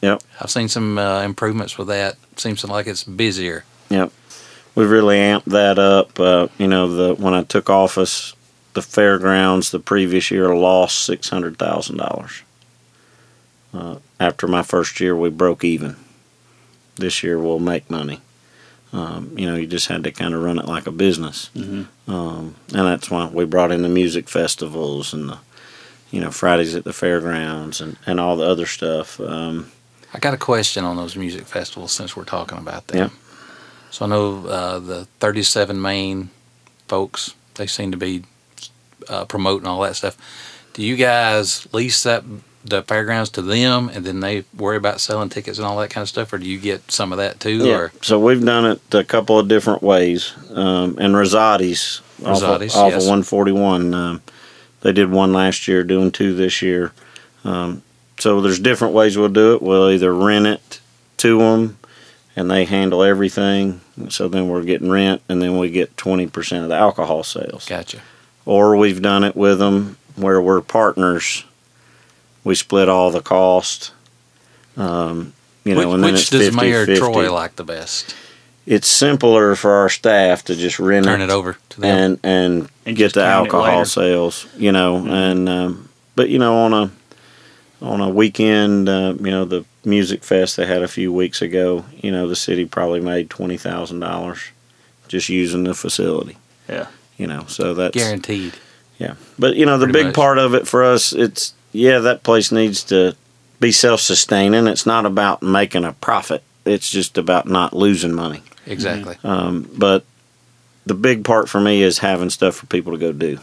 Speaker 4: Yep.
Speaker 2: I've seen some uh, improvements with that. Seems like it's busier.
Speaker 4: yep. We really amped that up. Uh, you know, the when I took office, the fairgrounds the previous year lost six hundred thousand dollars. Uh, after my first year, we broke even. This year, we'll make money. Um, you know, you just had to kind of run it like a business, um, and that's why we brought in the music festivals and the, you know, Fridays at the fairgrounds and and all the other stuff. Um,
Speaker 2: I got a question on those music festivals since we're talking about them.
Speaker 4: Yeah.
Speaker 2: So I know uh, the 37 Main folks, they seem to be uh, promoting all that stuff. Do you guys lease that the fairgrounds to them and then they worry about selling tickets and all that kind of stuff or do you get some of that too or
Speaker 4: So we've done it a couple of different ways. Um, and Rosati's, off of,
Speaker 2: Rosati's,
Speaker 4: off of
Speaker 2: yes.
Speaker 4: 141, um, they did one last year, doing two this year. Um, so there's different ways we'll do it. We'll either rent it to them and they handle everything. So then we're getting rent and then we get 20% of the alcohol sales
Speaker 2: gotcha.
Speaker 4: or we've done it with them where we're partners. We split all the cost. Um, you know,
Speaker 2: which
Speaker 4: and then
Speaker 2: which
Speaker 4: it's
Speaker 2: does
Speaker 4: 50,
Speaker 2: Mayor
Speaker 4: 50.
Speaker 2: Troy like the best?
Speaker 4: It's simpler for our staff to just rent
Speaker 2: Turn it over to them.
Speaker 4: and and,
Speaker 3: And
Speaker 4: get
Speaker 3: just
Speaker 4: the
Speaker 3: count it
Speaker 4: alcohol
Speaker 3: later. Mm-hmm.
Speaker 4: sales. You know, and um, but you know on a on a weekend, uh, you know the music fest they had a few weeks ago. You know the city probably made twenty thousand dollars just using the facility.
Speaker 3: Yeah.
Speaker 4: You know, so that's
Speaker 2: Guaranteed.
Speaker 4: yeah, but you know the
Speaker 2: Pretty
Speaker 4: big
Speaker 2: much.
Speaker 4: part of it for us, it's yeah that place needs to be self-sustaining. It's not about making a profit. It's just about not losing money.
Speaker 2: Exactly.
Speaker 4: Um, but the big part for me is having stuff for people to go do,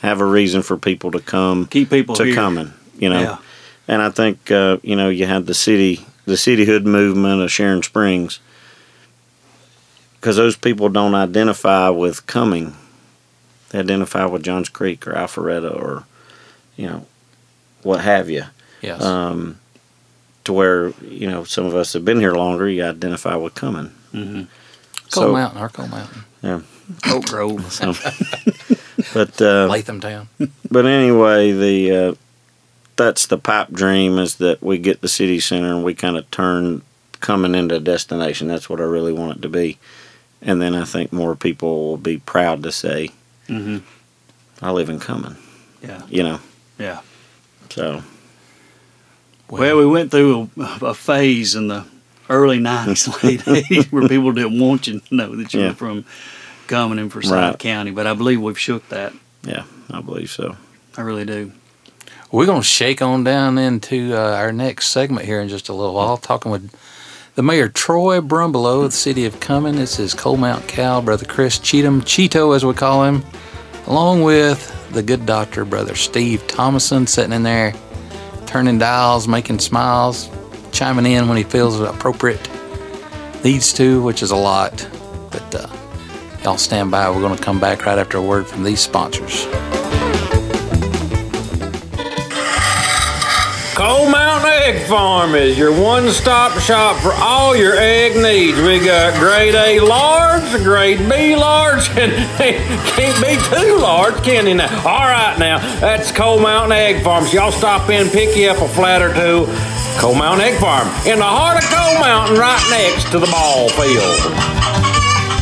Speaker 4: have a reason for people to come
Speaker 3: Keep people
Speaker 4: to
Speaker 3: here.
Speaker 4: coming. You know,
Speaker 3: Yeah.
Speaker 4: and I think uh, you know you had the city the cityhood movement of Sharon Springs because those people don't identify with coming. They identify with Johns Creek or Alpharetta or you know, what have you.
Speaker 2: Yes.
Speaker 4: Um, to where you know some of us have been here longer, you identify with coming.
Speaker 3: Mm-hmm.
Speaker 2: Coal
Speaker 4: so-
Speaker 2: Mountain or Coal Mountain.
Speaker 4: Yeah,
Speaker 3: Oak Grove.
Speaker 4: but uh,
Speaker 2: Latham Town.
Speaker 4: but anyway, the uh, that's the pipe dream is that we get the city center and we kind of turn coming into a destination. That's what I really want it to be, and then I think more people will be proud to say,
Speaker 2: Mm-hmm.
Speaker 3: Mhm.
Speaker 4: "I live in Cumming,"
Speaker 3: Yeah,
Speaker 4: you know.
Speaker 3: yeah.
Speaker 4: So
Speaker 3: Well, we went through a, a phase in the early 90s, [LAUGHS] late 80s, where people didn't want you to know that you
Speaker 4: Yeah.
Speaker 3: were from Cumming and Forsyth
Speaker 4: Right.
Speaker 3: County, but I believe we've shook that.
Speaker 4: yeah, I believe so.
Speaker 3: I really do.
Speaker 2: We're going to shake on down into uh, our next segment here in just a little while, talking with the mayor, Troy Brumbelow, of the city of Cumming. This is Coal Mount Cal, Brother Chris Cheatham, Cheeto, as we call him, along with the good doctor, Brother Steve Thomason, sitting in there, turning dials, making smiles, chiming in when he feels it appropriate, needs to, which is a lot. But uh, y'all stand by. We're going to come back right after a word from these sponsors.
Speaker 5: Coal Mountain Egg Farm is your one-stop shop for all your egg needs. We got grade A large, grade B large, [LAUGHS] and can't be too large, can you now? All right now, that's Coal Mountain Egg Farm. So y'all stop in, pick you up a flat or two. Coal Mountain Egg Farm in the heart of Coal Mountain, right next to the ball field.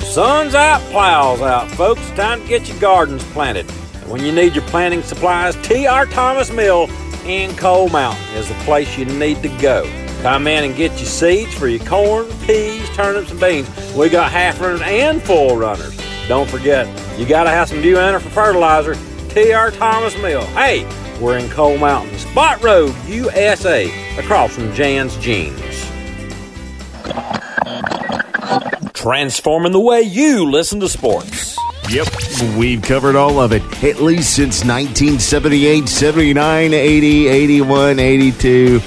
Speaker 5: Sun's out, plows out, folks. Time to get your gardens planted. And when you need your planting supplies, T.R. Thomas Mill in Coal Mountain is the place you need to go. Come in and get your seeds for your corn, peas, turnips, and beans. We got half runners and full runners. Don't forget, you gotta have some dew anner for fertilizer. T.R. Thomas Mill. Hey, we're in Coal Mountain, Spot Road, USA, across from Jan's Jeans. Transforming the way you listen to sports.
Speaker 7: Yep, we've covered all of it, at least since 1978, 79, 80, 81, 82.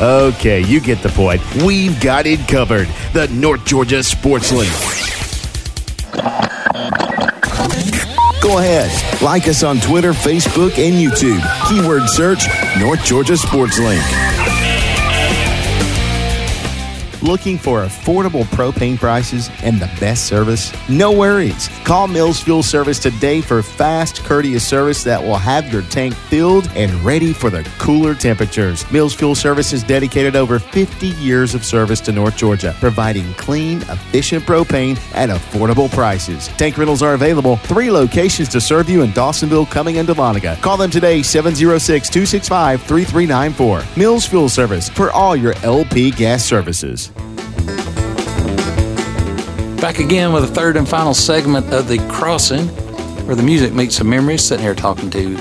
Speaker 7: Okay, you get the point. We've got it covered. The North Georgia Sports Link. Go ahead, like us on Twitter, Facebook, and YouTube. Keyword search North Georgia Sports Link. Looking for affordable propane prices and the best service? No worries. Call Mills Fuel Service today for fast, courteous service that will have your tank filled and ready for the cooler temperatures. Mills Fuel Service has dedicated over 50 years of service to North Georgia, providing clean, efficient propane at affordable prices. Tank rentals are available. Three locations to serve you in Dawsonville, coming into Dahlonega. Call them today, 706 265 3394. Mills Fuel Service for all your LP gas services.
Speaker 2: Back again with the third and final segment of The Crossing, where the music meets the memories. Sitting here talking to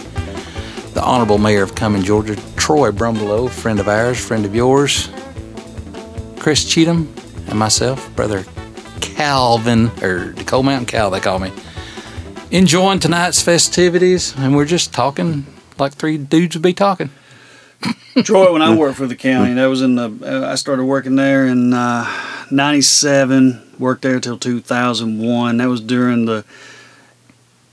Speaker 2: the Honorable Mayor of Cumming, Georgia, Troy Brumbelow, friend of ours, friend of yours, Chris Cheatham, and myself, Brother Calvin, or the Coal Mountain Cal, they call me. Enjoying tonight's festivities, and we're just talking like three dudes would be talking.
Speaker 3: Troy, when I worked for the county, that was in the. Uh, I started working there in uh, '97. Worked there till 2001. That was during the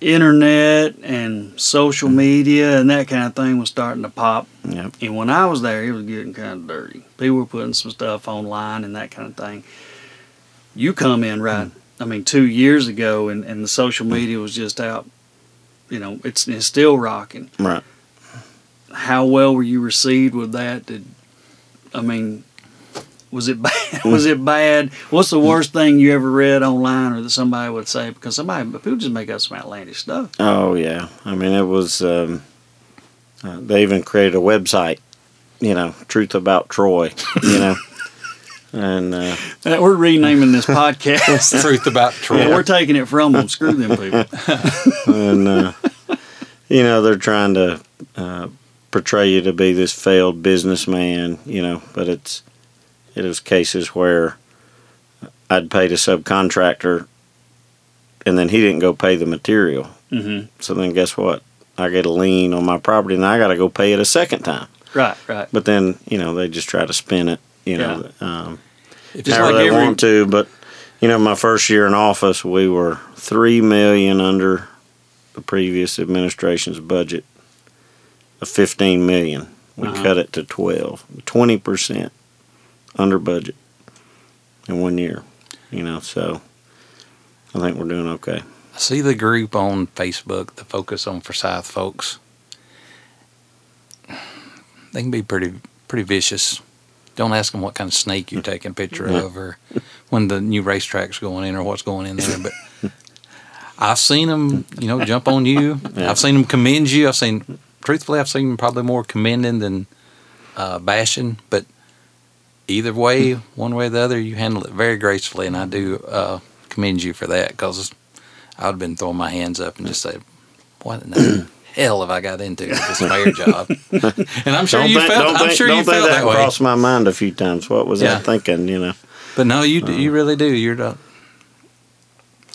Speaker 3: internet and social media and that kind of thing was starting to pop.
Speaker 4: Yep.
Speaker 3: And when I was there, it was getting kind of dirty. People were putting some stuff online and that kind of thing. You come in right. I mean, two years ago, and, and the social media was just out. You know, it's, it's still rocking
Speaker 4: Right.
Speaker 3: how well were you received with that? Did I mean, was it bad? [LAUGHS] was it bad? What's the worst thing you ever read online or that somebody would say? Because somebody people just make up some outlandish stuff.
Speaker 4: Oh yeah. I mean, it was. Um, uh, they even created a website. You know, truth about Troy. You know, and uh,
Speaker 3: Uh, We're renaming this podcast.
Speaker 2: Truth about Troy.
Speaker 3: [LAUGHS] We're taking it from them. Screw them
Speaker 4: [LAUGHS]
Speaker 3: people.
Speaker 4: and uh, you know they're trying to uh, portray you to be this failed businessman. You know, but it's it is cases where I'd paid a subcontractor, and then he didn't go pay the material.
Speaker 3: hmm
Speaker 4: So then guess what? I get a lien on my property, and I got to go pay it a second time.
Speaker 3: Right, right.
Speaker 4: But then you know they just try to spin it. You know, um,
Speaker 2: Just
Speaker 4: however
Speaker 2: like
Speaker 4: they
Speaker 2: every-
Speaker 4: want to. But you know, my first year in office, we were three million under the previous administration's budget of 15 million. We
Speaker 3: Uh-huh.
Speaker 4: cut it to 12, 20% under budget in one year. You know, so I think we're doing okay.
Speaker 2: I see the group on Facebook, the Focus on Forsyth folks. They can be pretty pretty vicious. Don't ask them what kind of snake you're taking a picture of, or when the new racetrack's going in, or what's going in there. But I've seen them, you know, jump on you. I've seen them commend you. I've seen, truthfully, I've seen probably more commending than uh, bashing. But either way, one way or the other, you handle it very gracefully, and I do uh, commend you for that because I'd have been throwing my hands up and just say, "What in the hell have I got into with this mayor
Speaker 4: [LAUGHS]
Speaker 2: job?" And I'm sure you
Speaker 4: think-
Speaker 2: felt. I'm
Speaker 4: think-
Speaker 2: sure
Speaker 4: don't
Speaker 2: you
Speaker 4: think
Speaker 2: felt
Speaker 4: that,
Speaker 2: that, way.
Speaker 4: crossed my mind a few times. What was
Speaker 2: Yeah.
Speaker 4: I thinking? You know,
Speaker 2: But no, you do, you really do. You're the,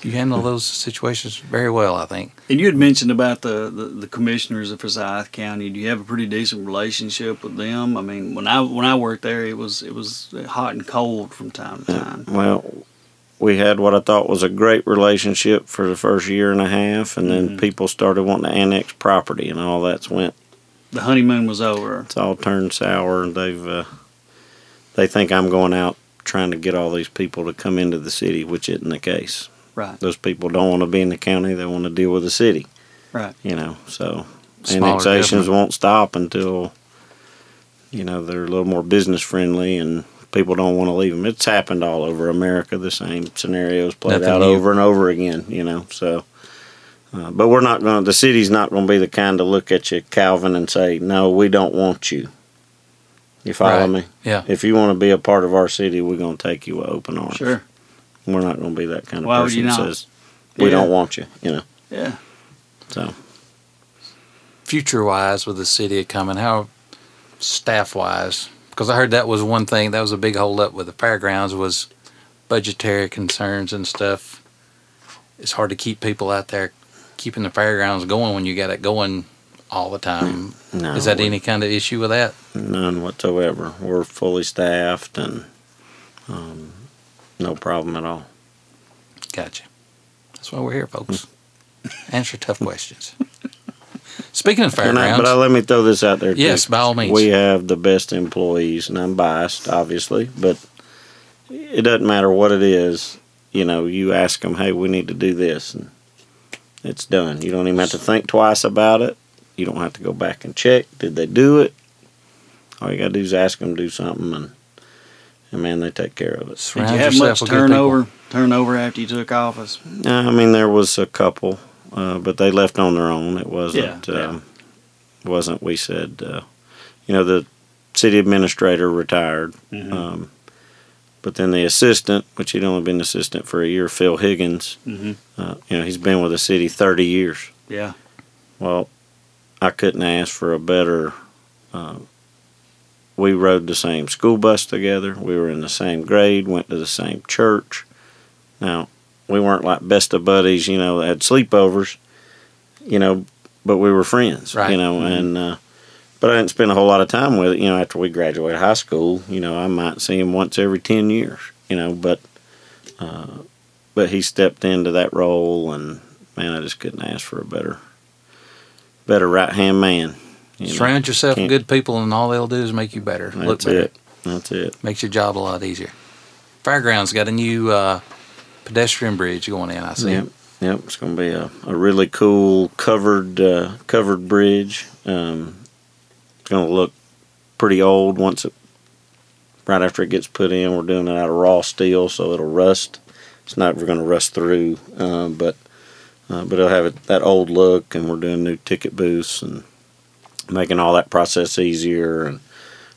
Speaker 2: you handle those situations very well, I think.
Speaker 3: And you had mentioned about the, the, the commissioners of Forsyth County. Do you have a pretty decent relationship with them? I mean, when I when I worked there, it was it was hot and cold from time to time.
Speaker 4: well, we had what I thought was a great relationship for the first year and a half, and then people started wanting to annex property, and all that's went.
Speaker 3: The honeymoon was over.
Speaker 4: It's all turned sour, and they've uh, they think I'm going out trying to get all these people to come into the city, which isn't the case.
Speaker 3: Right.
Speaker 4: Those people don't want to be in the county; they want to deal with the city.
Speaker 3: Right.
Speaker 4: You know, so
Speaker 2: Smaller
Speaker 4: annexations
Speaker 2: government.
Speaker 4: won't stop until you know they're a little more business friendly and people don't want to leave them. It's happened all over America. The same scenarios played
Speaker 2: Nothing
Speaker 4: out
Speaker 2: new.
Speaker 4: over and over again. You know, so. Uh, but we're not going. to The city's not going to be the kind to look at you, Calvin, and say, "No, we don't want you." You follow
Speaker 2: Right.
Speaker 4: me?
Speaker 2: Yeah.
Speaker 4: If you want to be a part of our city, we're going to take you with open arms.
Speaker 3: Sure.
Speaker 4: We're not going to be that kind of
Speaker 3: Why would
Speaker 4: person
Speaker 3: you
Speaker 4: that
Speaker 3: not?
Speaker 4: says, "We
Speaker 3: Yeah.
Speaker 4: don't want you." You know,
Speaker 3: Yeah.
Speaker 4: so
Speaker 2: Future wise, with the city of coming, how staff wise? Because I heard that was one thing that was a big holdup with the fairgrounds was budgetary concerns and stuff. It's hard to keep people out there keeping the fairgrounds going when you got it going all the time.
Speaker 4: no.
Speaker 2: Is that
Speaker 4: we-
Speaker 2: any kind of issue with that?
Speaker 4: None whatsoever. We're fully staffed and um, no problem at all.
Speaker 2: Gotcha. That's why we're here, folks. Answer tough questions. Speaking of
Speaker 4: And I, but I,
Speaker 2: fairgrounds,
Speaker 4: let me throw this out there. too.
Speaker 2: Yes, by all means.
Speaker 4: We have the best employees, and I'm biased, obviously, but it doesn't matter what it is. You know, you ask them, hey, we need to do this, and it's done. You don't even have to think twice about it. You don't have to go back and check. Did they do it? All you got to do is ask them to do something, and, and man, they take care of it.
Speaker 3: Did you
Speaker 2: surround
Speaker 3: have
Speaker 2: yourself
Speaker 3: much
Speaker 2: with good people.
Speaker 3: turnover? Turnover after you took office?
Speaker 4: Uh, I mean, there was a couple, uh, but they left on their own. It wasn't
Speaker 3: Yeah, yeah.
Speaker 4: um, wasn't we said, uh, you know, the city administrator retired,
Speaker 3: Mm-hmm.
Speaker 4: um, but then the assistant, which he'd only been assistant for a year, Phil Higgins.
Speaker 3: Mhm.
Speaker 4: Uh, you know, he's been with the city thirty years.
Speaker 3: Yeah.
Speaker 4: Well, I couldn't ask for a better. Uh, we rode the same school bus together. We were in the same grade. Went to the same church. Now we weren't like best of buddies, you know, that had sleepovers, you know, but we were friends,
Speaker 2: Right.
Speaker 4: you know, and uh, but I didn't spend a whole lot of time with it, you know. After we graduated high school, you know, I might see him once every ten years, you know, but uh, but he stepped into that role, and man, I just couldn't ask for a better better right hand man. you know.
Speaker 2: Surround yourself with
Speaker 4: Can't-
Speaker 2: good people, and all they'll do is make you better. Look
Speaker 4: That's
Speaker 2: better.
Speaker 4: it. That's it.
Speaker 2: Makes your job a lot easier. Fairgrounds got a new uh, pedestrian bridge going in. I see.
Speaker 4: Yep, yep. It's going to be a, a really cool covered uh, covered bridge. Um, it's going to look pretty old once it right after it gets put in. We're doing it out of raw steel, so it'll rust. It's not we're going to rust through, um, but uh, but it'll have it, that old look. And we're doing new ticket booths and making all that process easier. And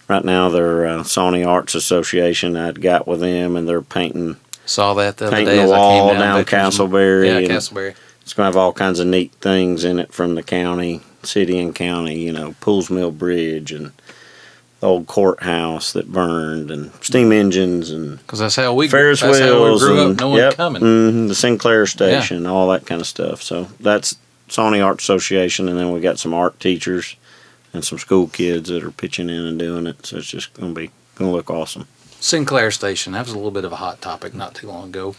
Speaker 4: right now, they're uh, Sony Arts Association. I'd got with them, and they're painting
Speaker 2: Saw that the other
Speaker 4: Painting
Speaker 2: day. as
Speaker 4: the
Speaker 2: I came
Speaker 4: wall
Speaker 2: down,
Speaker 4: down
Speaker 2: Veterans-
Speaker 4: Castleberry
Speaker 2: Yeah,
Speaker 4: and-
Speaker 2: Castleberry.
Speaker 4: it's going to have all kinds of neat things in it from the county, city and county, you know, Pools Mill Bridge and the old courthouse that burned and steam engines and
Speaker 2: Because that's how we
Speaker 4: Ferris
Speaker 2: that's
Speaker 4: wheels
Speaker 2: how we grew
Speaker 4: and
Speaker 2: up knowing
Speaker 4: yep,
Speaker 2: coming.
Speaker 4: mhm, the Sinclair Station, all that kind of stuff. So that's Sony Art Association, and then we got some art teachers and some school kids that are pitching in and doing it. So it's just going to be going to look awesome.
Speaker 2: Sinclair Station. That was a little bit of a hot topic not too long ago.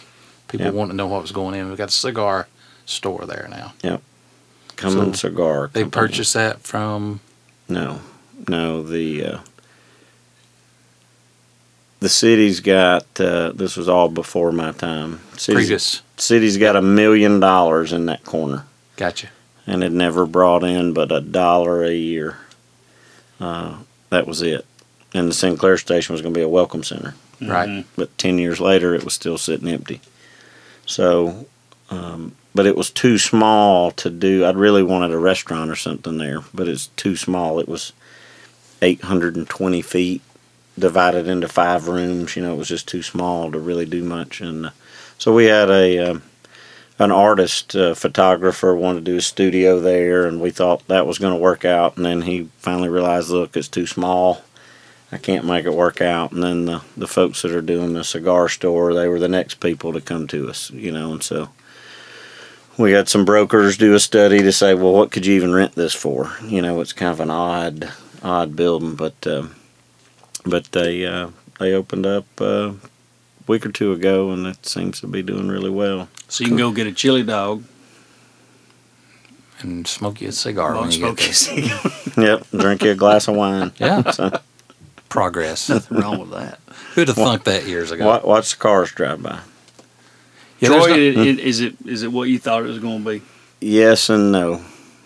Speaker 2: People
Speaker 4: Yep.
Speaker 2: wanted to know what was going in. We've got a cigar store there now.
Speaker 4: Yep. Cummins
Speaker 2: So
Speaker 4: Cigar.
Speaker 2: They
Speaker 4: Company.
Speaker 2: purchased that from
Speaker 4: No, no. The uh, the city's got. Uh, this was all before my time. City's,
Speaker 2: previous.
Speaker 4: City's got a million dollars in that corner,
Speaker 2: Gotcha.
Speaker 4: and it never brought in but a dollar a year. Uh, that was it. And the Sinclair station was going to be a welcome center
Speaker 2: Right.
Speaker 4: but 10 years later it was still sitting empty so um, but it was too small to do i'd really wanted a restaurant or something there but it's too small it was 820 feet divided into five rooms you know it was just too small to really do much and uh, so we had a um an artist uh, photographer wanted to do a studio there and we thought that was going to work out and then he finally realized look it's too small I can't make it work out. And then the, the folks that are doing the cigar store, they were the next people to come to us, you know. And so we had some brokers do a study to say, well, what could you even rent this for? You know, it's kind of an odd, odd building, but um, but they uh, they opened up uh, a week or two ago, and it seems to be doing really well.
Speaker 3: So you can go get a chili dog.
Speaker 2: And smoke you a cigar
Speaker 3: Bone
Speaker 2: when you get
Speaker 3: smoke [LAUGHS]
Speaker 2: there.
Speaker 3: is-
Speaker 4: Yep, drink you a glass of wine.
Speaker 2: Yeah.
Speaker 4: So, [LAUGHS]
Speaker 2: Progress.
Speaker 3: Nothing wrong with [LAUGHS] that.
Speaker 2: Who'd have thunk that years ago?
Speaker 4: wa- watch the cars drive by.
Speaker 2: Yeah, there's
Speaker 3: Troy,
Speaker 2: no-
Speaker 3: it, it, is it is it what you thought it was going to be?
Speaker 4: Yes and no.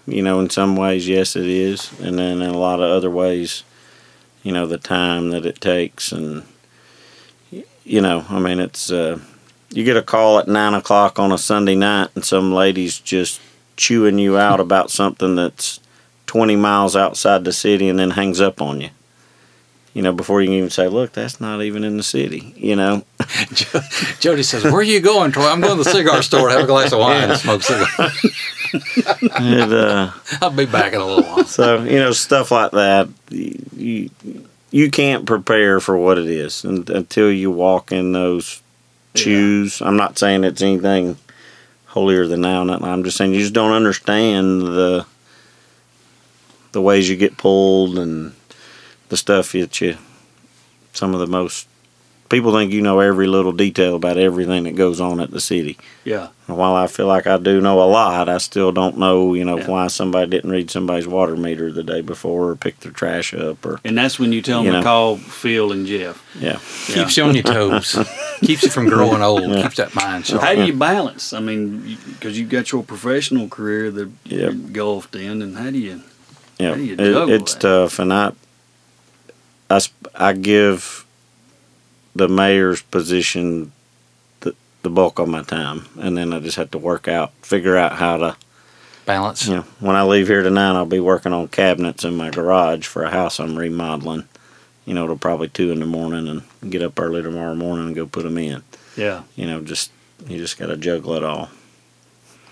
Speaker 4: You know, in some ways, yes, it is, and then in a lot of other ways, you know, the time that it takes, and you know, I mean, it's uh, you get a call at nine o'clock on a Sunday night, and some lady's just chewing you out about something that's twenty miles outside the city, and then hangs up on you. You know, before you can even say, "Look, that's not even in the city," you know.
Speaker 2: Jody says, Where are you going, Troy? I'm going to the
Speaker 4: [LAUGHS]
Speaker 2: cigar store to have a glass of wine and smoke cigar.
Speaker 4: It, uh,
Speaker 2: I'll be back in a little while.
Speaker 4: so you know stuff like that you, you can't prepare for what it is un- until you walk in those shoes i'm not saying it's anything holier than thou nothing. i'm just saying you just don't understand the the ways you get pulled and the stuff that you some of the most people think you know every little detail about everything that goes on at the city
Speaker 3: Yeah.
Speaker 4: and while I feel like I do know a lot, I still don't know, you know,
Speaker 3: Yeah.
Speaker 4: why somebody didn't read somebody's water meter the day before or pick their trash up or
Speaker 3: And that's when you tell them
Speaker 4: You know.
Speaker 3: to call Phil and Jeff.
Speaker 4: yeah.
Speaker 3: Yeah.
Speaker 2: Keeps you on your
Speaker 4: [LAUGHS]
Speaker 2: toes. Keeps you from growing old. Keeps that mind sharp.
Speaker 3: How do you balance? I mean, because you've got your professional career that
Speaker 4: Yeah.
Speaker 3: you golfed in, and how do you?
Speaker 4: Yeah.
Speaker 3: How do you
Speaker 4: It-
Speaker 3: juggle
Speaker 4: it's
Speaker 3: that?
Speaker 4: tough and I I sp- I give the mayor's position the, the bulk of my time and then I just have to work out figure out how to
Speaker 2: Balance.
Speaker 4: you know, when I leave here tonight, I'll be working on cabinets in my garage for a house I'm remodeling. You know, till probably two in the morning, and get up early tomorrow morning and go put them in.
Speaker 3: Yeah.
Speaker 4: You know, just you just got to juggle it all.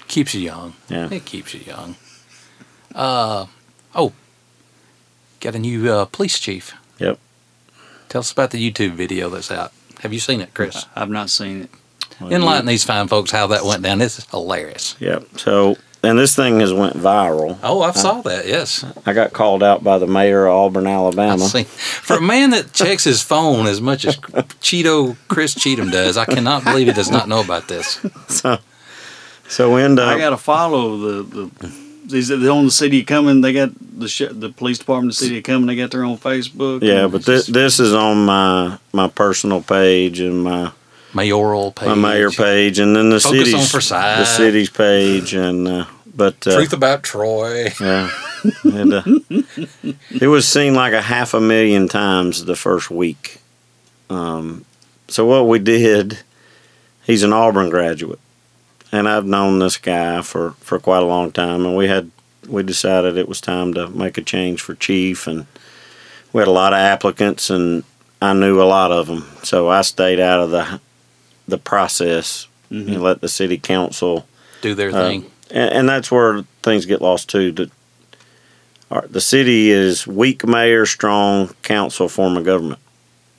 Speaker 2: Keeps you young.
Speaker 4: Yeah,
Speaker 2: It keeps you young. Uh, oh, got a new uh, police chief.
Speaker 4: Yep.
Speaker 2: Tell us about the YouTube video that's out. Have you seen it, Chris?
Speaker 3: I've not seen it.
Speaker 4: Well,
Speaker 2: Enlighten these fine folks how that went down. This is hilarious.
Speaker 4: you- Yep. So, and this thing has went viral.
Speaker 2: Oh, I saw that. Yes,
Speaker 4: I got called out by the mayor of Auburn,
Speaker 2: I
Speaker 4: Alabama.
Speaker 2: see. For a man that checks his phone as much as Cheeto Chris Cheatham does, I cannot believe he does not know about this.
Speaker 4: So, [LAUGHS] so we end up.
Speaker 3: I got to follow the the. Is it on the city of Cumming? They got the sh- the police department, the city of Cumming. They got their own Facebook.
Speaker 4: yeah,
Speaker 3: and
Speaker 4: but
Speaker 3: it's
Speaker 4: this
Speaker 3: just-
Speaker 4: this is on my my personal page and my
Speaker 2: Mayoral page.
Speaker 4: my mayor page, and then the
Speaker 2: Focus on
Speaker 4: city's
Speaker 2: Forsyth.
Speaker 4: the city's page, and uh, but uh,
Speaker 2: Truth about Troy.
Speaker 4: Yeah. And, uh, it was seen like a half a million times the first week. Um, so what we did, he's an Auburn graduate, and I've known this guy for, for quite a long time, and we had we decided it was time to make a change for chief, and we had a lot of applicants, and I knew a lot of them, so I stayed out of the the process and let the city council
Speaker 2: Do
Speaker 4: Uh,
Speaker 2: their thing.
Speaker 4: and, and that's where things get lost too. The, our, the city is weak mayor, strong council form of government.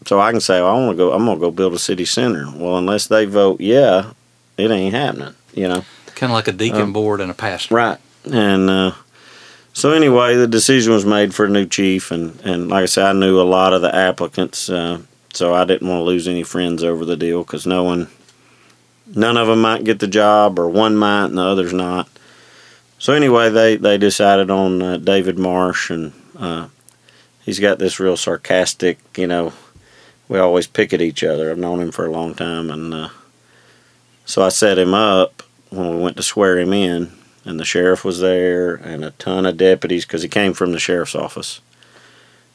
Speaker 4: So I can say "Well, I want to go. I'm going to go build a city center. Well, unless they vote yeah, it ain't happening. You know.
Speaker 2: kind of like a
Speaker 4: uh,
Speaker 2: deacon board and a pastor.
Speaker 4: Right. And uh, so anyway, the decision was made for a new chief, and and like I said, I knew a lot of the applicants, uh, so I didn't want to lose any friends over the deal because no one, none of them might get the job, or one might, and the others not. So anyway, they they decided on uh, David Marsh, and uh, he's got this real sarcastic. You know, we always pick at each other. I've known him for a long time, and uh, so I set him up when we went to swear him in, and the sheriff was there, and a ton of deputies because he came from the sheriff's office.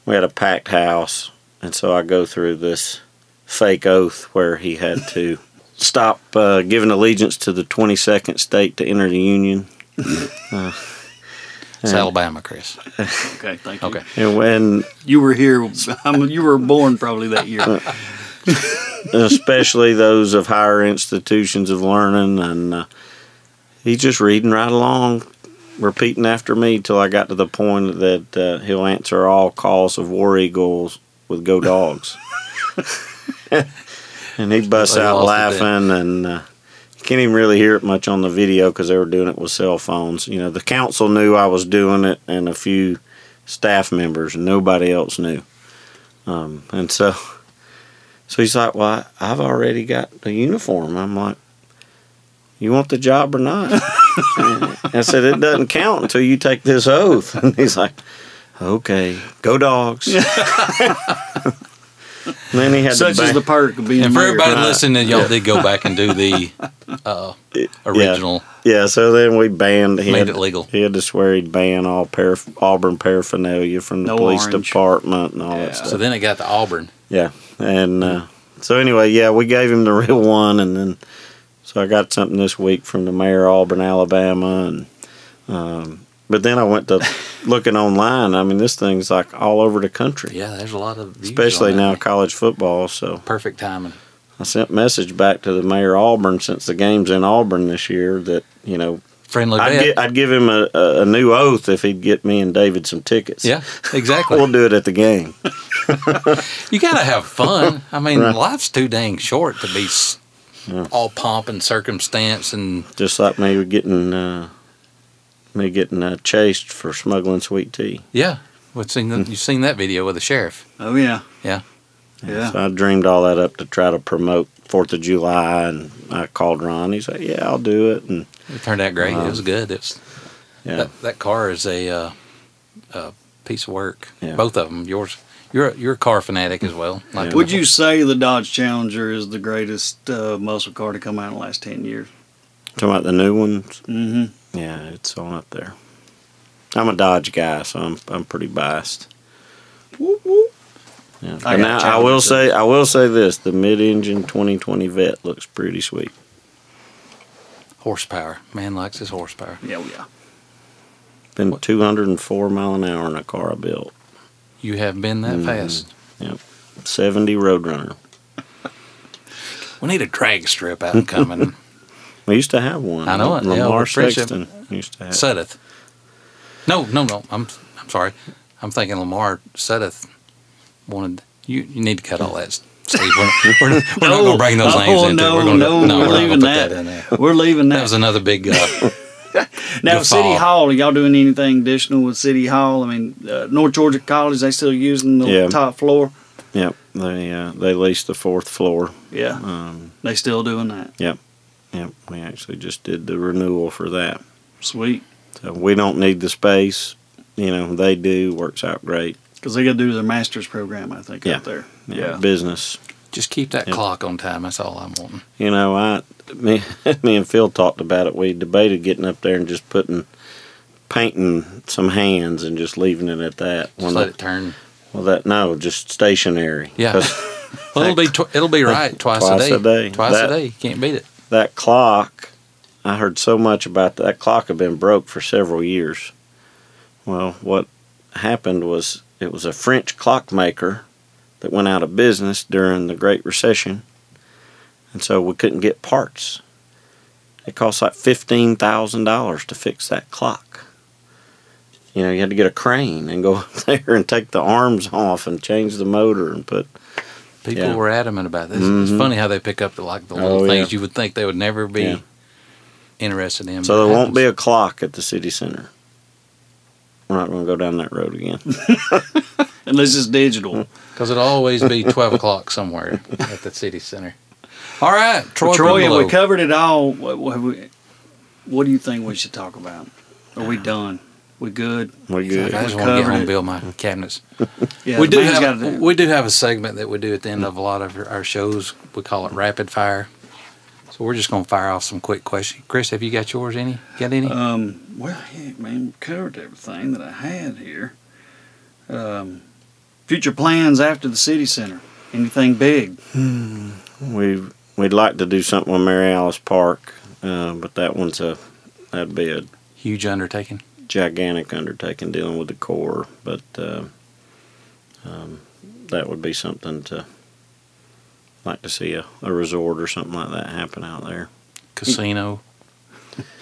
Speaker 4: We had a packed house, and so I go through this fake oath where he had to [LAUGHS] stop uh, giving allegiance to the 22nd state to enter the union.
Speaker 2: It's Alabama, Chris.
Speaker 3: Okay, thank you.
Speaker 2: Okay.
Speaker 4: And when,
Speaker 3: You were here. I'm, you were born probably that
Speaker 4: [LAUGHS]
Speaker 3: year.
Speaker 4: especially those of higher institutions of learning, and uh, he's just reading right along, repeating after me till I got to the point that uh, he'll answer all calls of war eagles with go dogs. [LAUGHS] and he busts
Speaker 2: They
Speaker 4: out
Speaker 2: lost it
Speaker 4: laughing, and uh, you can't even really hear it much on the video because they were doing it with cell phones. You know, the council knew I was doing it, and a few staff members, nobody else knew. Um, and so, so he's like, "Well, I- I've already got a uniform." I'm like, "You want the job
Speaker 3: [LAUGHS]
Speaker 4: or not?" I said, "It doesn't count until you take this oath." And he's like, "Okay,
Speaker 3: [LAUGHS]
Speaker 4: go dogs." and then he had to
Speaker 3: Such is
Speaker 4: back-
Speaker 3: the perk of being
Speaker 2: And for
Speaker 3: mayor.
Speaker 2: everybody listening, y'all did go back and do
Speaker 4: [LAUGHS]
Speaker 2: the uh, original.
Speaker 4: Yeah, so then we banned. He
Speaker 2: Made
Speaker 4: had-
Speaker 2: it legal.
Speaker 4: He had to swear he'd ban all paraph- Auburn paraphernalia from the
Speaker 3: No
Speaker 4: police
Speaker 3: orange.
Speaker 4: department and all
Speaker 3: Yeah.
Speaker 4: that stuff.
Speaker 2: So then it got to Auburn.
Speaker 4: Yeah, and uh, so anyway, yeah, we gave him the [LAUGHS] real one, and then so I got something this week from the mayor of Auburn, Alabama, and um, but then I
Speaker 2: [LAUGHS]
Speaker 4: went to looking online. I mean, this thing's like all over the country,
Speaker 2: Yeah, there's a lot of views
Speaker 4: especially
Speaker 2: on that.
Speaker 4: now college football. So
Speaker 2: Perfect timing.
Speaker 4: I sent message back to the mayor of Auburn since the game's in Auburn this year that you know
Speaker 2: Friendly
Speaker 4: I'd,
Speaker 2: bet.
Speaker 4: gi- I'd give him a, a, a new oath if he'd get me and David some tickets.
Speaker 2: yeah, exactly.
Speaker 4: We'll do it at the game.
Speaker 2: you gotta have
Speaker 4: [LAUGHS]
Speaker 2: fun. I mean, life's too dang short to be s all pomp and circumstance. And
Speaker 4: Just like me getting uh, me getting uh, chased for smuggling sweet tea.
Speaker 2: yeah, we've seen
Speaker 4: Hmm.
Speaker 2: the, you've seen that video with the sheriff.
Speaker 3: Oh yeah,
Speaker 2: Yeah,
Speaker 3: yeah.
Speaker 4: So I dreamed all that up to try to promote Fourth of July, and I called Ron. He's like, "Yeah, I'll do it." And
Speaker 2: it turned out great. it was good. It's
Speaker 4: Uh-huh. yeah,
Speaker 2: that, that car is a, uh, a piece of work.
Speaker 4: Yeah.
Speaker 2: Both of them. Yours. You're a, you're a car fanatic as well. Like
Speaker 4: Yeah.
Speaker 3: Would you say the Dodge Challenger is the greatest uh, muscle car to come out in the last ten years?
Speaker 4: talking about the new ones.
Speaker 3: Mm-hmm.
Speaker 4: Yeah, it's on up there. I'm a Dodge guy, so I'm I'm pretty biased. Yeah.
Speaker 3: I
Speaker 4: And
Speaker 3: got
Speaker 4: I, I will
Speaker 3: challenges.
Speaker 4: say I will say this: the mid-engine 2020 Vet looks pretty sweet.
Speaker 2: horsepower? Man likes his horsepower.
Speaker 3: Yeah, we
Speaker 4: [LAUGHS]
Speaker 3: are.
Speaker 4: Been 204 mile an hour in a car I built.
Speaker 2: You have been that
Speaker 4: Hmm.
Speaker 2: fast.
Speaker 4: Yep. 70 Roadrunner.
Speaker 2: We need a drag strip out and
Speaker 4: [LAUGHS]
Speaker 2: coming.
Speaker 4: We used to have one.
Speaker 2: I know it. Yeah,
Speaker 4: Lamar
Speaker 2: over Friendship.
Speaker 4: Sexton used to have.
Speaker 2: Sudeth. No, no, no. I'm I'm sorry. I'm thinking Lamar Sudeth wanted you. You need to cut all that, Steve. We're, we're, not- we're not going to bring those
Speaker 3: oh,
Speaker 2: names into. it.
Speaker 3: no,
Speaker 2: we're gonna,
Speaker 3: no, we're
Speaker 2: not gonna
Speaker 3: leaving
Speaker 2: put
Speaker 3: that.
Speaker 2: in there.
Speaker 3: We're leaving
Speaker 2: That
Speaker 3: that.
Speaker 2: was another big.
Speaker 4: [LAUGHS]
Speaker 2: Uh,
Speaker 3: now,
Speaker 2: guffaw.
Speaker 3: City Hall. Are y'all doing anything additional with City Hall? I mean, uh, North Georgia College. They still using the
Speaker 4: Yeah.
Speaker 3: top floor.
Speaker 4: Yep. They uh, they leased the fourth floor.
Speaker 3: Yeah,
Speaker 4: Um,
Speaker 3: they still doing that.
Speaker 4: yep. Yep. We actually just did the renewal for that.
Speaker 3: Sweet,
Speaker 4: So we don't need the space. You know, they do. Works out great.
Speaker 3: because they got to do their master's program. I think
Speaker 4: Yeah.
Speaker 3: up there.
Speaker 4: You know, Business.
Speaker 2: just keep that
Speaker 4: Yeah.
Speaker 2: clock on time. That's all I'm wanting.
Speaker 4: You know, I me, [LAUGHS] me and Phil talked about it. We debated getting up there and just putting painting some hands and just leaving it at that.
Speaker 2: Just let it turn.
Speaker 4: well, that no, just stationary.
Speaker 2: Yeah.
Speaker 4: 'Cause
Speaker 2: Well, it'll be tw- it'll be right twice,
Speaker 4: Twice
Speaker 2: a day.
Speaker 4: a day.
Speaker 2: Twice
Speaker 4: That-
Speaker 2: a day. You can't beat it.
Speaker 4: that clock i heard so much about that, that clock had been broke for several years well what happened was it was a french clockmaker that went out of business during the great recession and so we couldn't get parts it cost like $15000 to fix that clock you know you had to get a crane and go [LAUGHS] up there and take the arms off and change the motor and put
Speaker 2: People
Speaker 4: Yeah. Mm-hmm.
Speaker 2: were adamant about this. It's funny how they pick up the like the little
Speaker 4: Oh, yeah.
Speaker 2: things you would think they would never be
Speaker 4: Yeah.
Speaker 2: interested in.
Speaker 4: So
Speaker 2: but
Speaker 4: there
Speaker 2: it
Speaker 4: won't
Speaker 2: happens.
Speaker 4: be a clock at the city center. We're not going to go down that road
Speaker 2: [LAUGHS]
Speaker 4: again.
Speaker 3: Unless it's
Speaker 4: Mm-hmm.
Speaker 3: digital.
Speaker 2: Because it'll always be 12 o'clock somewhere at the city center. All right, Troy,
Speaker 3: Troy, have
Speaker 2: Brumlow.
Speaker 3: we covered it all. What, what, have we- what do you think we should talk about? Are we done? We good?
Speaker 4: We good.
Speaker 2: I just
Speaker 3: We
Speaker 2: want to get
Speaker 3: covered
Speaker 2: home
Speaker 3: it.
Speaker 2: and build my cabinets.
Speaker 3: Yeah,
Speaker 2: we
Speaker 3: the
Speaker 2: do
Speaker 3: man's
Speaker 2: have
Speaker 3: gotta do-
Speaker 2: we do have a segment that we do at the end of a lot of our shows. We call it rapid fire. So we're just gonna fire off some quick questions. Chris, have you got yours? Any? Got any?
Speaker 3: Um, well, heck, man, we covered everything that I had here. Um, future plans after the city center. Anything big?
Speaker 4: We we'd like to do something with Mary Alice Park, uh, but that one's a that'd be a
Speaker 2: Huge undertaking.
Speaker 4: gigantic undertaking dealing with the core. But uh, um, that would be something to like to see a, a resort or something like that happen out there.
Speaker 2: Casino.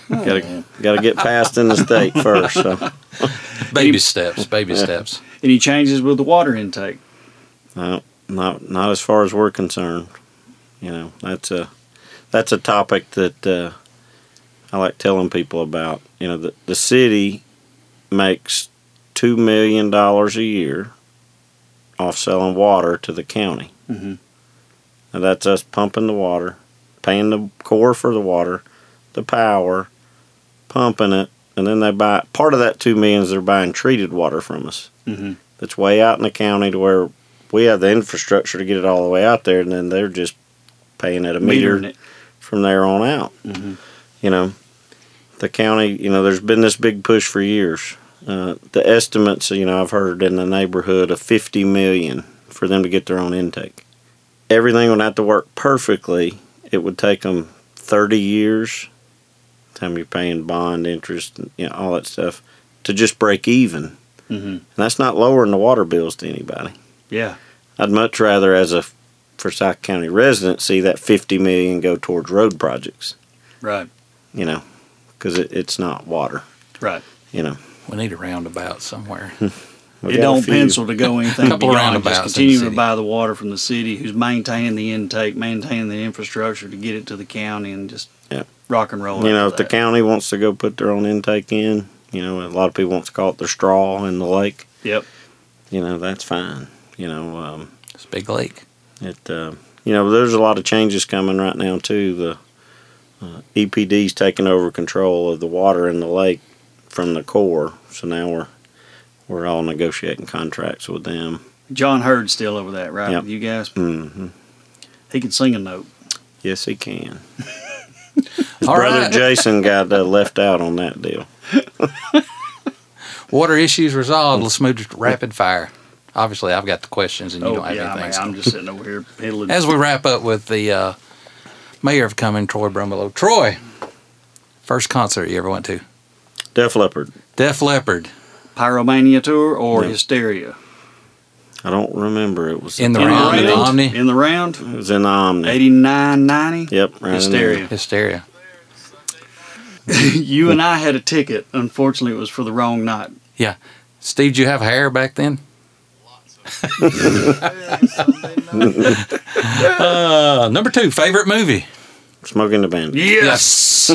Speaker 2: Oh,
Speaker 4: Got to got to get past in
Speaker 2: [LAUGHS]
Speaker 4: the state first. So.
Speaker 2: Baby steps. Baby steps.
Speaker 3: Any changes with the water intake?
Speaker 4: No, uh, not not as far as we're concerned. You know, that's a that's a topic that uh, I like telling people about. You know, the the city makes two million dollars a year off selling water to the county.
Speaker 3: Mhm.
Speaker 4: Now that's us pumping the water, paying the core for the water, the power, pumping it, and then they buy part of that two million is they're buying treated water from us.
Speaker 3: Mhm.
Speaker 4: That's way out in the county to where we have the infrastructure to get it all the way out there, and then they're just paying at a meter
Speaker 3: Metering it.
Speaker 4: from there on out.
Speaker 3: Mhm.
Speaker 4: You know, the county, you know, there's been this big push for years. Uh, the estimates, you know, I've heard in the neighborhood of 50 million for them to get their own intake. Everything would have to work perfectly. It would take them 30 years, time you're paying bond interest, and, you know, all that stuff, to just break even.
Speaker 3: Mhm.
Speaker 4: And that's not lowering the water bills to anybody.
Speaker 3: Yeah.
Speaker 4: I'd much rather, as a Forsyth County resident, see that 50 million go towards road projects.
Speaker 3: Right.
Speaker 4: You know, because it, it's not water.
Speaker 3: Right.
Speaker 4: You know,
Speaker 2: We need a roundabout somewhere.
Speaker 4: We
Speaker 3: it
Speaker 4: got a
Speaker 3: don't
Speaker 4: few.
Speaker 3: pencil to
Speaker 4: [LAUGHS]
Speaker 3: go anything
Speaker 2: Couple
Speaker 3: beyond
Speaker 2: roundabouts
Speaker 3: just
Speaker 2: in the
Speaker 3: continuing
Speaker 2: city.
Speaker 3: to buy the water from the city, who's maintaining the intake, maintaining the infrastructure to get it to the county, and just
Speaker 4: Yeah.
Speaker 3: rock and roll.
Speaker 4: You know, if
Speaker 3: after
Speaker 4: the
Speaker 3: that.
Speaker 4: county wants to go put their own intake in, you know, a lot of people want to call it their straw in the lake.
Speaker 3: Yep.
Speaker 4: You know, that's fine. You know, um,
Speaker 2: It's a big lake.
Speaker 4: It, uh, you know, there's a lot of changes coming right now too. The uh, EPD's taking over control of the water in the lake from the core, so now we're we're all negotiating contracts with them.
Speaker 3: John Hurd's still over that, right?
Speaker 4: Yep.
Speaker 3: with You guys,
Speaker 4: hmm
Speaker 3: he can sing a note.
Speaker 4: Yes, he can.
Speaker 2: All right.
Speaker 3: [LAUGHS]
Speaker 4: His brother Jason got uh, left out on that deal.
Speaker 2: Water issues resolved. Let's move to rapid fire. Obviously, I've got the questions, and you
Speaker 3: oh
Speaker 2: don't have
Speaker 3: yeah,
Speaker 2: anything.
Speaker 3: man,
Speaker 2: so-
Speaker 3: I'm just sitting over here piddling.
Speaker 2: As we wrap up with the uh, mayor of Cumming, Troy Brumbelow. Troy, first concert you ever went to?
Speaker 4: Def Leppard.
Speaker 2: Def Leppard
Speaker 3: Pyromania tour or
Speaker 4: Yeah.
Speaker 3: Hysteria
Speaker 4: I don't remember. It was
Speaker 2: in the
Speaker 3: in
Speaker 2: round,
Speaker 3: the
Speaker 2: in
Speaker 3: round.
Speaker 2: the Omni,
Speaker 3: in the round
Speaker 4: It was in the Omni.
Speaker 3: eighty nine ninety.
Speaker 4: Yep, right in [LAUGHS]
Speaker 3: Hysteria.
Speaker 2: Hysteria.
Speaker 3: you and I had a ticket. Unfortunately, it was for the wrong night.
Speaker 2: Steve, did you have hair back then? [LAUGHS] Uh, number two, favorite movie.
Speaker 4: there. Smoking the Bandit.
Speaker 3: Yes.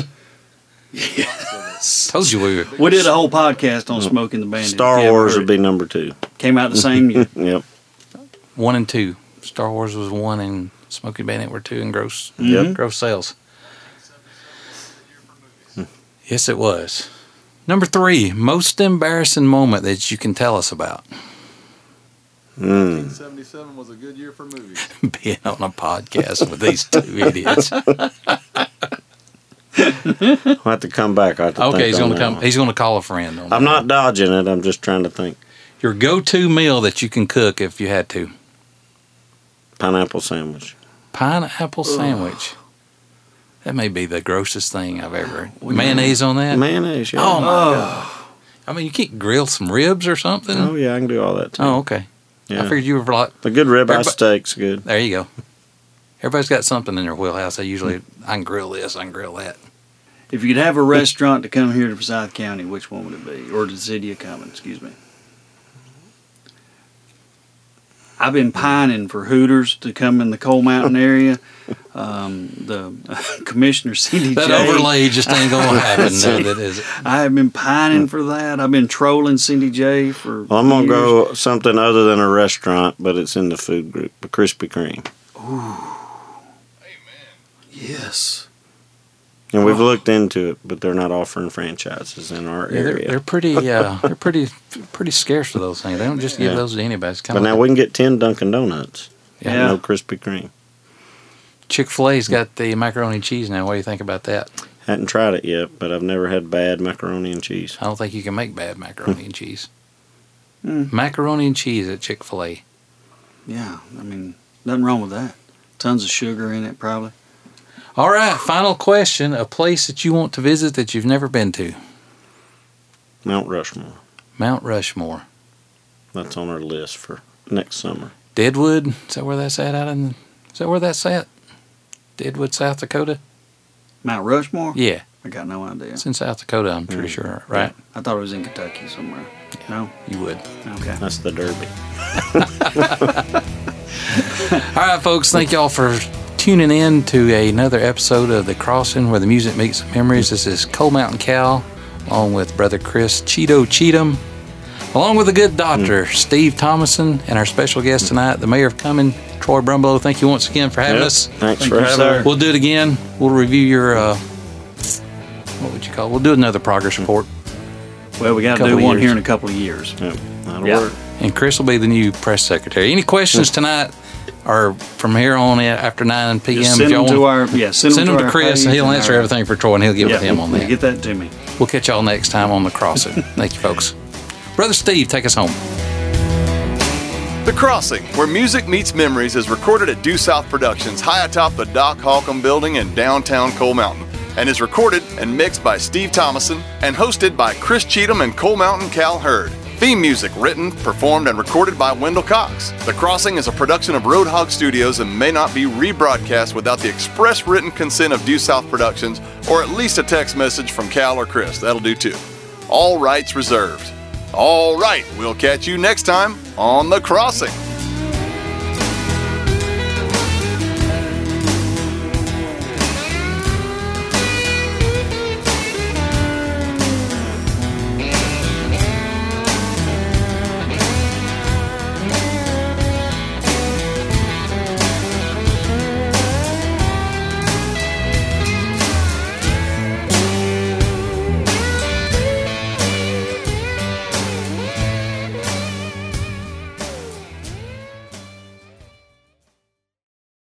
Speaker 2: Told you we were.
Speaker 3: We did a whole podcast on smoking the bandit.
Speaker 4: Mm. Star
Speaker 3: if you haven't
Speaker 4: Wars
Speaker 3: heard
Speaker 4: would be number two.
Speaker 3: it. came out the
Speaker 4: [LAUGHS]
Speaker 3: same year.
Speaker 4: Yep.
Speaker 2: One and two. Star Wars was one, and Smoking Bandit were two in gross
Speaker 4: Yep.
Speaker 2: gross sales.
Speaker 4: Hmm.
Speaker 2: Yes, it was. Number three, most embarrassing moment that you can tell us about [LAUGHS]
Speaker 4: Mm.
Speaker 3: [LAUGHS]
Speaker 1: 1977 was a good year for movies.
Speaker 2: being on a podcast with these
Speaker 4: [LAUGHS]
Speaker 2: two idiots.
Speaker 4: I'll have to come back. I have to
Speaker 2: Okay,
Speaker 4: think
Speaker 2: he's
Speaker 4: on
Speaker 2: gonna
Speaker 4: that
Speaker 2: come.
Speaker 4: one.
Speaker 2: He's gonna call a friend. On that.
Speaker 4: I'm not dodging it. I'm just trying to think.
Speaker 2: your go-to meal that you can cook if you had to.
Speaker 4: Pineapple sandwich.
Speaker 2: Pineapple sandwich. That may be the grossest thing I've ever. Mayonnaise on that.
Speaker 4: Mayonnaise. Yeah.
Speaker 2: Oh my god! I mean, you can't grill some ribs or something.
Speaker 4: Oh, yeah, I can do all that too.
Speaker 2: Oh, okay. I
Speaker 4: yeah.
Speaker 2: figured you were like,
Speaker 4: the good ribeye
Speaker 2: Everybody-
Speaker 4: steak's good.
Speaker 2: there you go. Everybody's got something in their wheelhouse. I usually, I can grill this, I can grill
Speaker 4: [LAUGHS]
Speaker 2: that.
Speaker 3: If you could have a restaurant to come here to Forsyth County, which one would it be? Or to the city of Cumming, excuse me. I've been pining for Hooters to come in the Coal Mountain area. Um, the [LAUGHS] Commissioner CDJ.
Speaker 2: That overlay just ain't
Speaker 4: [LAUGHS]
Speaker 2: gonna happen. no, that is.
Speaker 3: I have been pining for that. I've been trolling Cindy J for.
Speaker 4: Well, I'm going to
Speaker 3: years.
Speaker 4: go something other than a restaurant, but it's in the food group, the Krispy Kreme.
Speaker 3: Yes.
Speaker 4: And we've looked into it, but they're not offering franchises in our
Speaker 2: Oh. Yeah, they're,
Speaker 4: area.
Speaker 2: they're
Speaker 4: [LAUGHS]
Speaker 2: pretty. Uh, they're pretty. Pretty scarce of those things. They don't just give
Speaker 4: Yeah.
Speaker 2: those to anybody. It's kind
Speaker 4: but
Speaker 2: of
Speaker 4: now we can get 10 Dunkin' Donuts.
Speaker 2: Yeah.
Speaker 4: And no Krispy Kreme.
Speaker 2: Chick Fil A's got the macaroni and cheese now. What do you think about that?
Speaker 4: Hadn't tried it yet, but I've never had bad macaroni and cheese.
Speaker 2: I don't think you can make bad macaroni and cheese.
Speaker 4: Hmm.
Speaker 2: Macaroni and cheese at Chick Fil A.
Speaker 3: Yeah, I mean, nothing wrong with that. Tons of sugar in it, probably.
Speaker 2: All right, final question: a place that you want to visit that you've never been to?
Speaker 4: Mount Rushmore.
Speaker 2: Mount Rushmore,
Speaker 4: That's on our list for next summer.
Speaker 2: Deadwood. Is that where that's at? Out in is that where that's at? Deadwood, South Dakota.
Speaker 3: Mount Rushmore?
Speaker 2: Yeah,
Speaker 3: I got no idea.
Speaker 2: it's in South Dakota. I'm pretty sure, right?
Speaker 3: I thought it was in Kentucky somewhere. No?
Speaker 2: You would.
Speaker 3: Okay.
Speaker 4: That's the Derby.
Speaker 2: All right, folks, thank y'all for tuning in to another episode of The Crossing where the music meets the memories. This is Coal Mountain Cal, along with Brother Chris Cheeto Cheatham, along with the good doctor, Steve Thomason, and our special guest tonight, the mayor of Cumming, Troy Brumbo. Thank you once again for having
Speaker 4: Yep.
Speaker 2: us.
Speaker 4: Thanks
Speaker 3: Thank
Speaker 4: for
Speaker 3: you,
Speaker 4: having
Speaker 3: sir.
Speaker 4: us.
Speaker 2: We'll do it again. We'll review your, uh, what would you call it? We'll do another progress report.
Speaker 3: Well, we got to
Speaker 2: Couple
Speaker 3: do
Speaker 2: of
Speaker 3: one
Speaker 2: years.
Speaker 3: here in a couple of years.
Speaker 4: Yep, that'll
Speaker 3: Yeah.
Speaker 4: work.
Speaker 2: And Chris will be the new press secretary. Any questions tonight or from here on after 9 p.m.?
Speaker 3: Just
Speaker 2: if
Speaker 3: send
Speaker 2: y'all
Speaker 3: them to
Speaker 2: want-
Speaker 3: our yeah. Send,
Speaker 2: Send them
Speaker 3: them to,
Speaker 2: to
Speaker 3: our
Speaker 2: Chris,
Speaker 3: page
Speaker 2: and he'll
Speaker 3: and
Speaker 2: answer
Speaker 3: our-
Speaker 2: everything for Troy, and he'll get with him on
Speaker 3: Get
Speaker 2: that.
Speaker 3: that to me.
Speaker 2: We'll catch y'all next time on The Crossing. Thank you, folks. Brother Steve, take us home.
Speaker 1: The Crossing, where music meets memories, is recorded at Due South Productions, high atop the Doc Holcomb Building in downtown Coal Mountain, and is recorded and mixed by Steve Thomason and hosted by Chris Cheatham and Coal Mountain Cal Hurd. Theme music written, performed, and recorded by Wendell Cox. The Crossing is a production of Roadhog Studios and may not be rebroadcast without the express written consent of Due South Productions or at least a text message from Cal or Chris. That'll do too. All rights reserved. All right, we'll catch you next time on The Crossing.